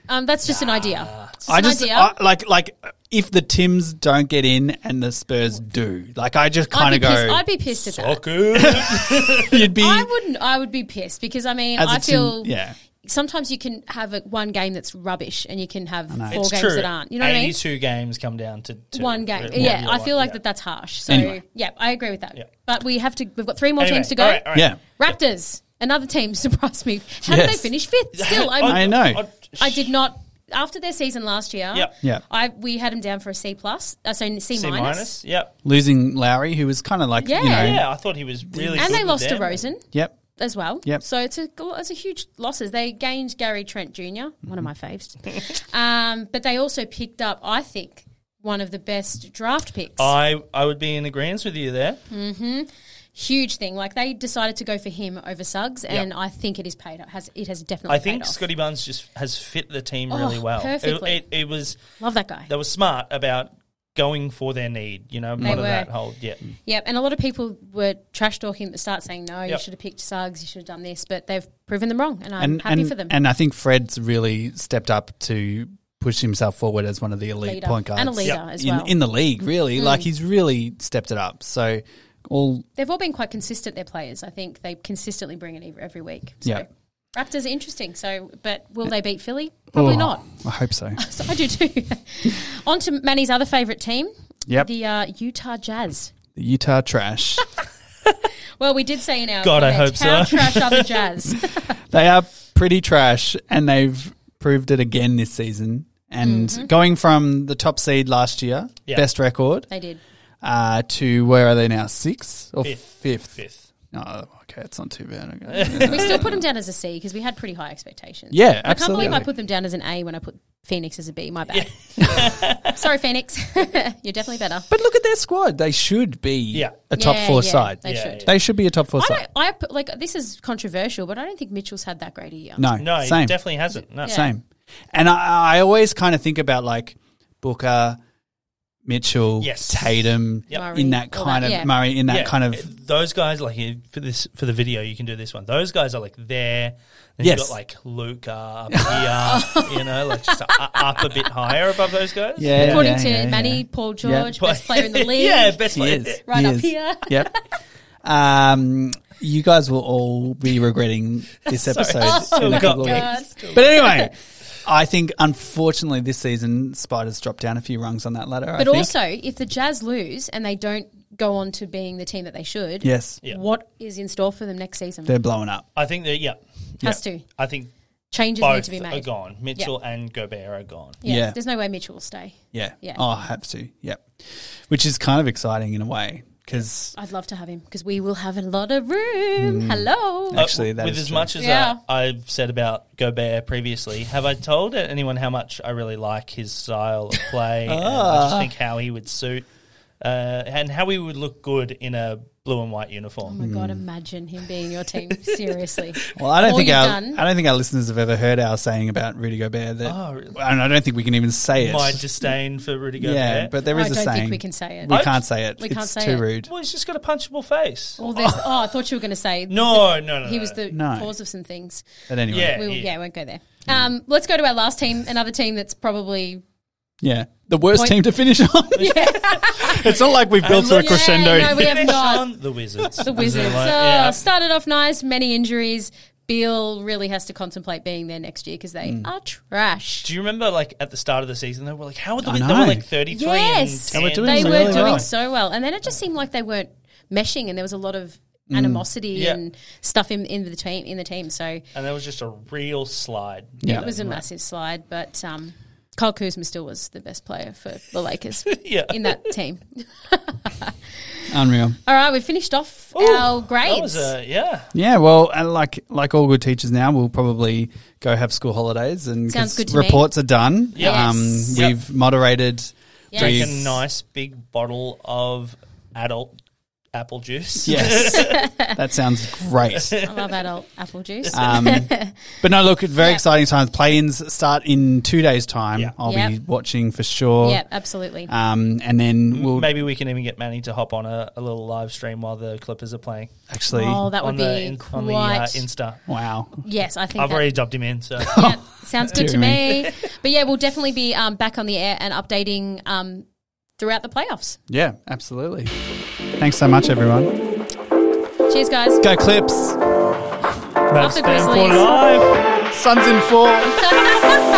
[SPEAKER 3] Um, that's just an idea. It's just
[SPEAKER 5] I
[SPEAKER 3] an
[SPEAKER 5] just
[SPEAKER 3] idea.
[SPEAKER 5] I, like like if the Tims don't get in and the Spurs do, like I just kind
[SPEAKER 3] I'd be
[SPEAKER 5] of go.
[SPEAKER 3] pissed. I'd be pissed at that.
[SPEAKER 5] you'd be
[SPEAKER 3] I wouldn't. I would be pissed because I mean,
[SPEAKER 5] as a
[SPEAKER 3] I
[SPEAKER 5] Tim-
[SPEAKER 3] feel
[SPEAKER 5] yeah.
[SPEAKER 3] sometimes you can have a, one game that's rubbish and you can have four
[SPEAKER 4] It's
[SPEAKER 3] games
[SPEAKER 4] true.
[SPEAKER 3] that aren't. You know what I mean?
[SPEAKER 4] Eighty-two games come down to, to
[SPEAKER 3] One game.
[SPEAKER 4] what
[SPEAKER 3] Yeah,
[SPEAKER 4] you
[SPEAKER 3] I feel like
[SPEAKER 4] yeah.
[SPEAKER 3] that that's harsh. So,
[SPEAKER 5] Anyway.
[SPEAKER 3] yeah, I agree with that.
[SPEAKER 4] Yeah.
[SPEAKER 3] But we have to, we've got three more
[SPEAKER 4] Anyway,
[SPEAKER 3] teams to go.
[SPEAKER 4] all right, all right.
[SPEAKER 5] Yeah.
[SPEAKER 3] Raptors, another team, surprised me. How did
[SPEAKER 5] Yes.
[SPEAKER 3] they finish fifth? Still, I'm,
[SPEAKER 5] I
[SPEAKER 3] I,
[SPEAKER 5] know.
[SPEAKER 3] did not. After their season last year,
[SPEAKER 4] Yeah.
[SPEAKER 5] Yeah.
[SPEAKER 3] I we had them down for a C plus, uh, so C,
[SPEAKER 4] C
[SPEAKER 3] minus,
[SPEAKER 4] minus. Yep.
[SPEAKER 5] Losing Lowry, who was kind of like,
[SPEAKER 3] Yeah.
[SPEAKER 5] you know.
[SPEAKER 4] Yeah, I thought he was really.
[SPEAKER 3] and
[SPEAKER 4] good
[SPEAKER 3] they
[SPEAKER 4] with
[SPEAKER 3] lost to
[SPEAKER 4] them.
[SPEAKER 3] Rosen.
[SPEAKER 5] Yep.
[SPEAKER 3] as well.
[SPEAKER 5] Yep.
[SPEAKER 3] So it's a it's a huge losses. They gained Gary Trent junior
[SPEAKER 5] Mm-hmm.
[SPEAKER 3] one of my faves, um, but they also picked up, I think, one of the best draft picks.
[SPEAKER 4] I I would be in agreement with you there.
[SPEAKER 3] huge thing. Like they decided to go for him over Suggs, and I think it is paid. It has it has definitely.
[SPEAKER 4] I think
[SPEAKER 3] paid off.
[SPEAKER 4] Scotty Barnes just has fit the team
[SPEAKER 3] Oh,
[SPEAKER 4] really well. It-
[SPEAKER 3] perfectly.
[SPEAKER 4] It, it was
[SPEAKER 3] love that guy.
[SPEAKER 4] they were smart about going for their need. You know, part of
[SPEAKER 3] were.
[SPEAKER 4] that whole yeah.
[SPEAKER 3] Yep, and a lot of people were trash talking at the start, saying no, you
[SPEAKER 4] Yep.
[SPEAKER 3] should have picked Suggs, you should have done this, but they've proven them wrong, and I'm
[SPEAKER 5] And
[SPEAKER 3] Um, happy
[SPEAKER 5] and,
[SPEAKER 3] for them.
[SPEAKER 5] and I think Fred's really stepped up to pushed himself forward as one of the elite
[SPEAKER 3] Leader.
[SPEAKER 5] point guards
[SPEAKER 3] And a leader as
[SPEAKER 5] in,
[SPEAKER 3] well. Mm.
[SPEAKER 5] in the league. Really, like he's really stepped it up. So all
[SPEAKER 3] They've all been quite consistent. Their players, I think, they consistently bring it ev- every week. So.
[SPEAKER 5] Yeah.
[SPEAKER 3] Raptors are interesting. So, but will they beat Philly? Probably
[SPEAKER 5] Oh,
[SPEAKER 3] not.
[SPEAKER 5] I hope so.
[SPEAKER 3] So I do too. On to Manny's other favorite team,
[SPEAKER 5] Yep, the
[SPEAKER 3] the uh, Utah Jazz.
[SPEAKER 5] Utah trash.
[SPEAKER 3] Well, we did say in our
[SPEAKER 4] God, I
[SPEAKER 3] comments,
[SPEAKER 4] hope so.
[SPEAKER 3] how trash are the Jazz?
[SPEAKER 5] They are pretty trash, and they've proved it again this season. And
[SPEAKER 3] Mm-hmm.
[SPEAKER 5] going from the top seed last year,
[SPEAKER 4] Yeah.
[SPEAKER 5] best record,
[SPEAKER 3] they did.
[SPEAKER 5] uh, to where are they now? Sixth or
[SPEAKER 4] Fifth.
[SPEAKER 5] fifth?
[SPEAKER 4] Fifth.
[SPEAKER 5] Oh, okay, it's not too bad. Okay.
[SPEAKER 3] We still put them down as a C because we had pretty high expectations.
[SPEAKER 5] Yeah,
[SPEAKER 3] I can't believe I
[SPEAKER 5] absolutely.
[SPEAKER 3] put them down as an A when I put Phoenix as a B. My bad. Sorry, Phoenix. You're definitely better.
[SPEAKER 5] But look at their squad; they should be
[SPEAKER 4] Yeah.
[SPEAKER 5] a top
[SPEAKER 3] Yeah,
[SPEAKER 5] four
[SPEAKER 3] yeah,
[SPEAKER 5] side.
[SPEAKER 3] They
[SPEAKER 4] Yeah,
[SPEAKER 3] should.
[SPEAKER 4] yeah.
[SPEAKER 5] They should be a top four
[SPEAKER 3] I
[SPEAKER 5] side.
[SPEAKER 3] don't. I put, like this is controversial, but I don't think Mitchell's had that great a year.
[SPEAKER 5] No,
[SPEAKER 4] No,
[SPEAKER 5] same,
[SPEAKER 4] it definitely hasn't. No.
[SPEAKER 3] Yeah.
[SPEAKER 5] same. And I, I always kind of think about like Booker, Mitchell,
[SPEAKER 4] Yes.
[SPEAKER 5] Tatum,
[SPEAKER 4] Yep.
[SPEAKER 3] Murray,
[SPEAKER 5] in that
[SPEAKER 3] all
[SPEAKER 5] kind of
[SPEAKER 3] yeah.
[SPEAKER 5] Murray, in that
[SPEAKER 4] Yeah,
[SPEAKER 5] kind of
[SPEAKER 4] those guys like you- for this for the video you can do this one. Those guys are like there. Then
[SPEAKER 5] Yes.
[SPEAKER 4] you've got like Luca up here, you know, like just u- up a bit higher above those guys.
[SPEAKER 5] yeah.
[SPEAKER 3] According
[SPEAKER 5] yeah,
[SPEAKER 3] to
[SPEAKER 5] yeah, yeah.
[SPEAKER 3] Manny, Paul George,
[SPEAKER 4] But-
[SPEAKER 3] best player in the league.
[SPEAKER 4] yeah, best player.
[SPEAKER 5] He is.
[SPEAKER 3] right
[SPEAKER 5] He
[SPEAKER 3] up
[SPEAKER 5] is.
[SPEAKER 3] here.
[SPEAKER 5] Yep. Um, you guys will all be regretting this episode
[SPEAKER 4] Sorry.
[SPEAKER 5] in
[SPEAKER 4] Oh,
[SPEAKER 5] a couple of
[SPEAKER 4] God.
[SPEAKER 5] weeks.
[SPEAKER 3] God.
[SPEAKER 5] But anyway, I think unfortunately this season Spiders dropped down a few rungs on that ladder. I
[SPEAKER 3] But
[SPEAKER 5] think.
[SPEAKER 3] also, if the Jazz lose and they don't go on to being the team that they should,
[SPEAKER 5] yes,
[SPEAKER 4] Yeah.
[SPEAKER 3] what is in store for them next season?
[SPEAKER 5] they're blowing up.
[SPEAKER 4] I think that yeah,
[SPEAKER 3] Has to
[SPEAKER 4] I think
[SPEAKER 3] changes need
[SPEAKER 4] both
[SPEAKER 3] to be
[SPEAKER 4] are
[SPEAKER 3] made.
[SPEAKER 4] gone. Mitchell and Gobert are gone.
[SPEAKER 3] Yeah.
[SPEAKER 5] Yeah.
[SPEAKER 3] there's no way Mitchell will stay.
[SPEAKER 5] Yeah.
[SPEAKER 3] Yeah.
[SPEAKER 5] Oh, I have to. Yep. Which is kind of exciting in a way because
[SPEAKER 3] I'd love to have him because we will have a lot of room. Hello.
[SPEAKER 5] Uh, Actually, that
[SPEAKER 4] with
[SPEAKER 5] is
[SPEAKER 4] as
[SPEAKER 5] true.
[SPEAKER 4] much as
[SPEAKER 3] Yeah.
[SPEAKER 4] uh, I've said about Gobert previously, have I told anyone how much I really like his style of play? and I
[SPEAKER 5] Ah.
[SPEAKER 4] just think how he would suit uh, and how he would look good in a blue and white
[SPEAKER 3] oh
[SPEAKER 4] uniform.
[SPEAKER 3] my god! Imagine him being your team. Seriously.
[SPEAKER 5] mm. well, I don't
[SPEAKER 3] All
[SPEAKER 5] think
[SPEAKER 3] you've
[SPEAKER 5] our
[SPEAKER 3] done-
[SPEAKER 5] I don't think our listeners have ever heard our saying about Rudy Gobert that,
[SPEAKER 4] Oh, really?
[SPEAKER 5] and I don't think we can even say it.
[SPEAKER 4] My disdain for Rudy Gobert.
[SPEAKER 5] yeah, but there is
[SPEAKER 3] I
[SPEAKER 5] a
[SPEAKER 3] don't
[SPEAKER 5] saying
[SPEAKER 3] think we can say it.
[SPEAKER 5] We
[SPEAKER 4] I-
[SPEAKER 5] can't say it.
[SPEAKER 3] We
[SPEAKER 5] it's
[SPEAKER 3] can't say
[SPEAKER 5] too
[SPEAKER 3] it.
[SPEAKER 5] rude.
[SPEAKER 4] well, he's just got a punchable face.
[SPEAKER 3] All this. Oh, I thought you were going to say
[SPEAKER 4] No, no, no.
[SPEAKER 3] He was the
[SPEAKER 5] No.
[SPEAKER 3] cause of some things.
[SPEAKER 5] But anyway,
[SPEAKER 4] Yeah.
[SPEAKER 3] We will, yeah, won't go there. Um, let's go to our last team, another team that's probably
[SPEAKER 5] Yeah. The worst
[SPEAKER 3] Point-
[SPEAKER 5] team to finish on. it's not like we've built to a
[SPEAKER 3] Yeah,
[SPEAKER 5] crescendo.
[SPEAKER 3] no, we have
[SPEAKER 4] Finish
[SPEAKER 3] not.
[SPEAKER 4] on the Wizards.
[SPEAKER 3] The Wizards.
[SPEAKER 4] Like,
[SPEAKER 3] Oh,
[SPEAKER 4] yeah.
[SPEAKER 3] Started off nice, many injuries. Beal really has to contemplate being there next year because they
[SPEAKER 5] Mm.
[SPEAKER 3] are trash.
[SPEAKER 4] Do you remember, like at the start of the season, they were like, "How would the
[SPEAKER 5] I
[SPEAKER 4] Wizards?" They were
[SPEAKER 5] know.
[SPEAKER 4] like thirty-three.
[SPEAKER 3] Yes,
[SPEAKER 4] and
[SPEAKER 5] They were
[SPEAKER 4] 10.
[SPEAKER 5] doing
[SPEAKER 3] they
[SPEAKER 5] so
[SPEAKER 3] were
[SPEAKER 5] really
[SPEAKER 3] doing
[SPEAKER 5] well.
[SPEAKER 3] so well, and then it just seemed like they weren't meshing, and there was a lot of animosity
[SPEAKER 4] Mm. Yeah.
[SPEAKER 3] and stuff in, in the team in the team. So
[SPEAKER 4] and there was just a real slide.
[SPEAKER 5] Yeah.
[SPEAKER 3] it was a massive slide, but um, Kyle Kuzma still was the best player for the Lakers
[SPEAKER 4] Yeah.
[SPEAKER 3] in that team.
[SPEAKER 5] Unreal.
[SPEAKER 3] All right, we've finished off our grades.
[SPEAKER 4] That was a yeah.
[SPEAKER 5] Yeah, well, and like like all good teachers now, we'll probably go have school holidays and
[SPEAKER 3] Sounds
[SPEAKER 5] 'cause
[SPEAKER 3] good to me.
[SPEAKER 5] reports are done.
[SPEAKER 3] Yeah.
[SPEAKER 5] Um,
[SPEAKER 3] Yes.
[SPEAKER 4] Yep.
[SPEAKER 5] We've moderated.
[SPEAKER 3] Yes.
[SPEAKER 4] Drink
[SPEAKER 5] We've-
[SPEAKER 4] a nice big bottle of adult apple juice.
[SPEAKER 5] Yes. that sounds great.
[SPEAKER 3] I love adult apple juice.
[SPEAKER 5] Um, but no, look, very exciting times. Play-ins start in two days' time.
[SPEAKER 4] Yeah.
[SPEAKER 5] I'll be
[SPEAKER 3] Yep.
[SPEAKER 5] watching for sure.
[SPEAKER 3] yeah, absolutely.
[SPEAKER 4] Uh,
[SPEAKER 5] Um, and then we'll
[SPEAKER 4] Maybe we can even get Manny to hop on a, a little live stream while the Clippers are playing
[SPEAKER 5] actually.
[SPEAKER 3] oh, that
[SPEAKER 4] on
[SPEAKER 3] would
[SPEAKER 4] the,
[SPEAKER 3] be
[SPEAKER 4] in-
[SPEAKER 3] quite.
[SPEAKER 4] on the uh, Insta.
[SPEAKER 5] wow.
[SPEAKER 3] yes, I think
[SPEAKER 4] I've
[SPEAKER 3] that-
[SPEAKER 4] already dubbed him in, so
[SPEAKER 3] yeah, sounds good to
[SPEAKER 5] Dear me.
[SPEAKER 3] me. But yeah, we'll definitely be um, back on the air and updating um, throughout the playoffs.
[SPEAKER 5] Yeah, absolutely. Thanks so much, everyone.
[SPEAKER 3] Cheers, guys.
[SPEAKER 5] Go Clips.
[SPEAKER 4] Mavs fan for
[SPEAKER 3] Grizzlies.
[SPEAKER 4] life.
[SPEAKER 5] Suns in four.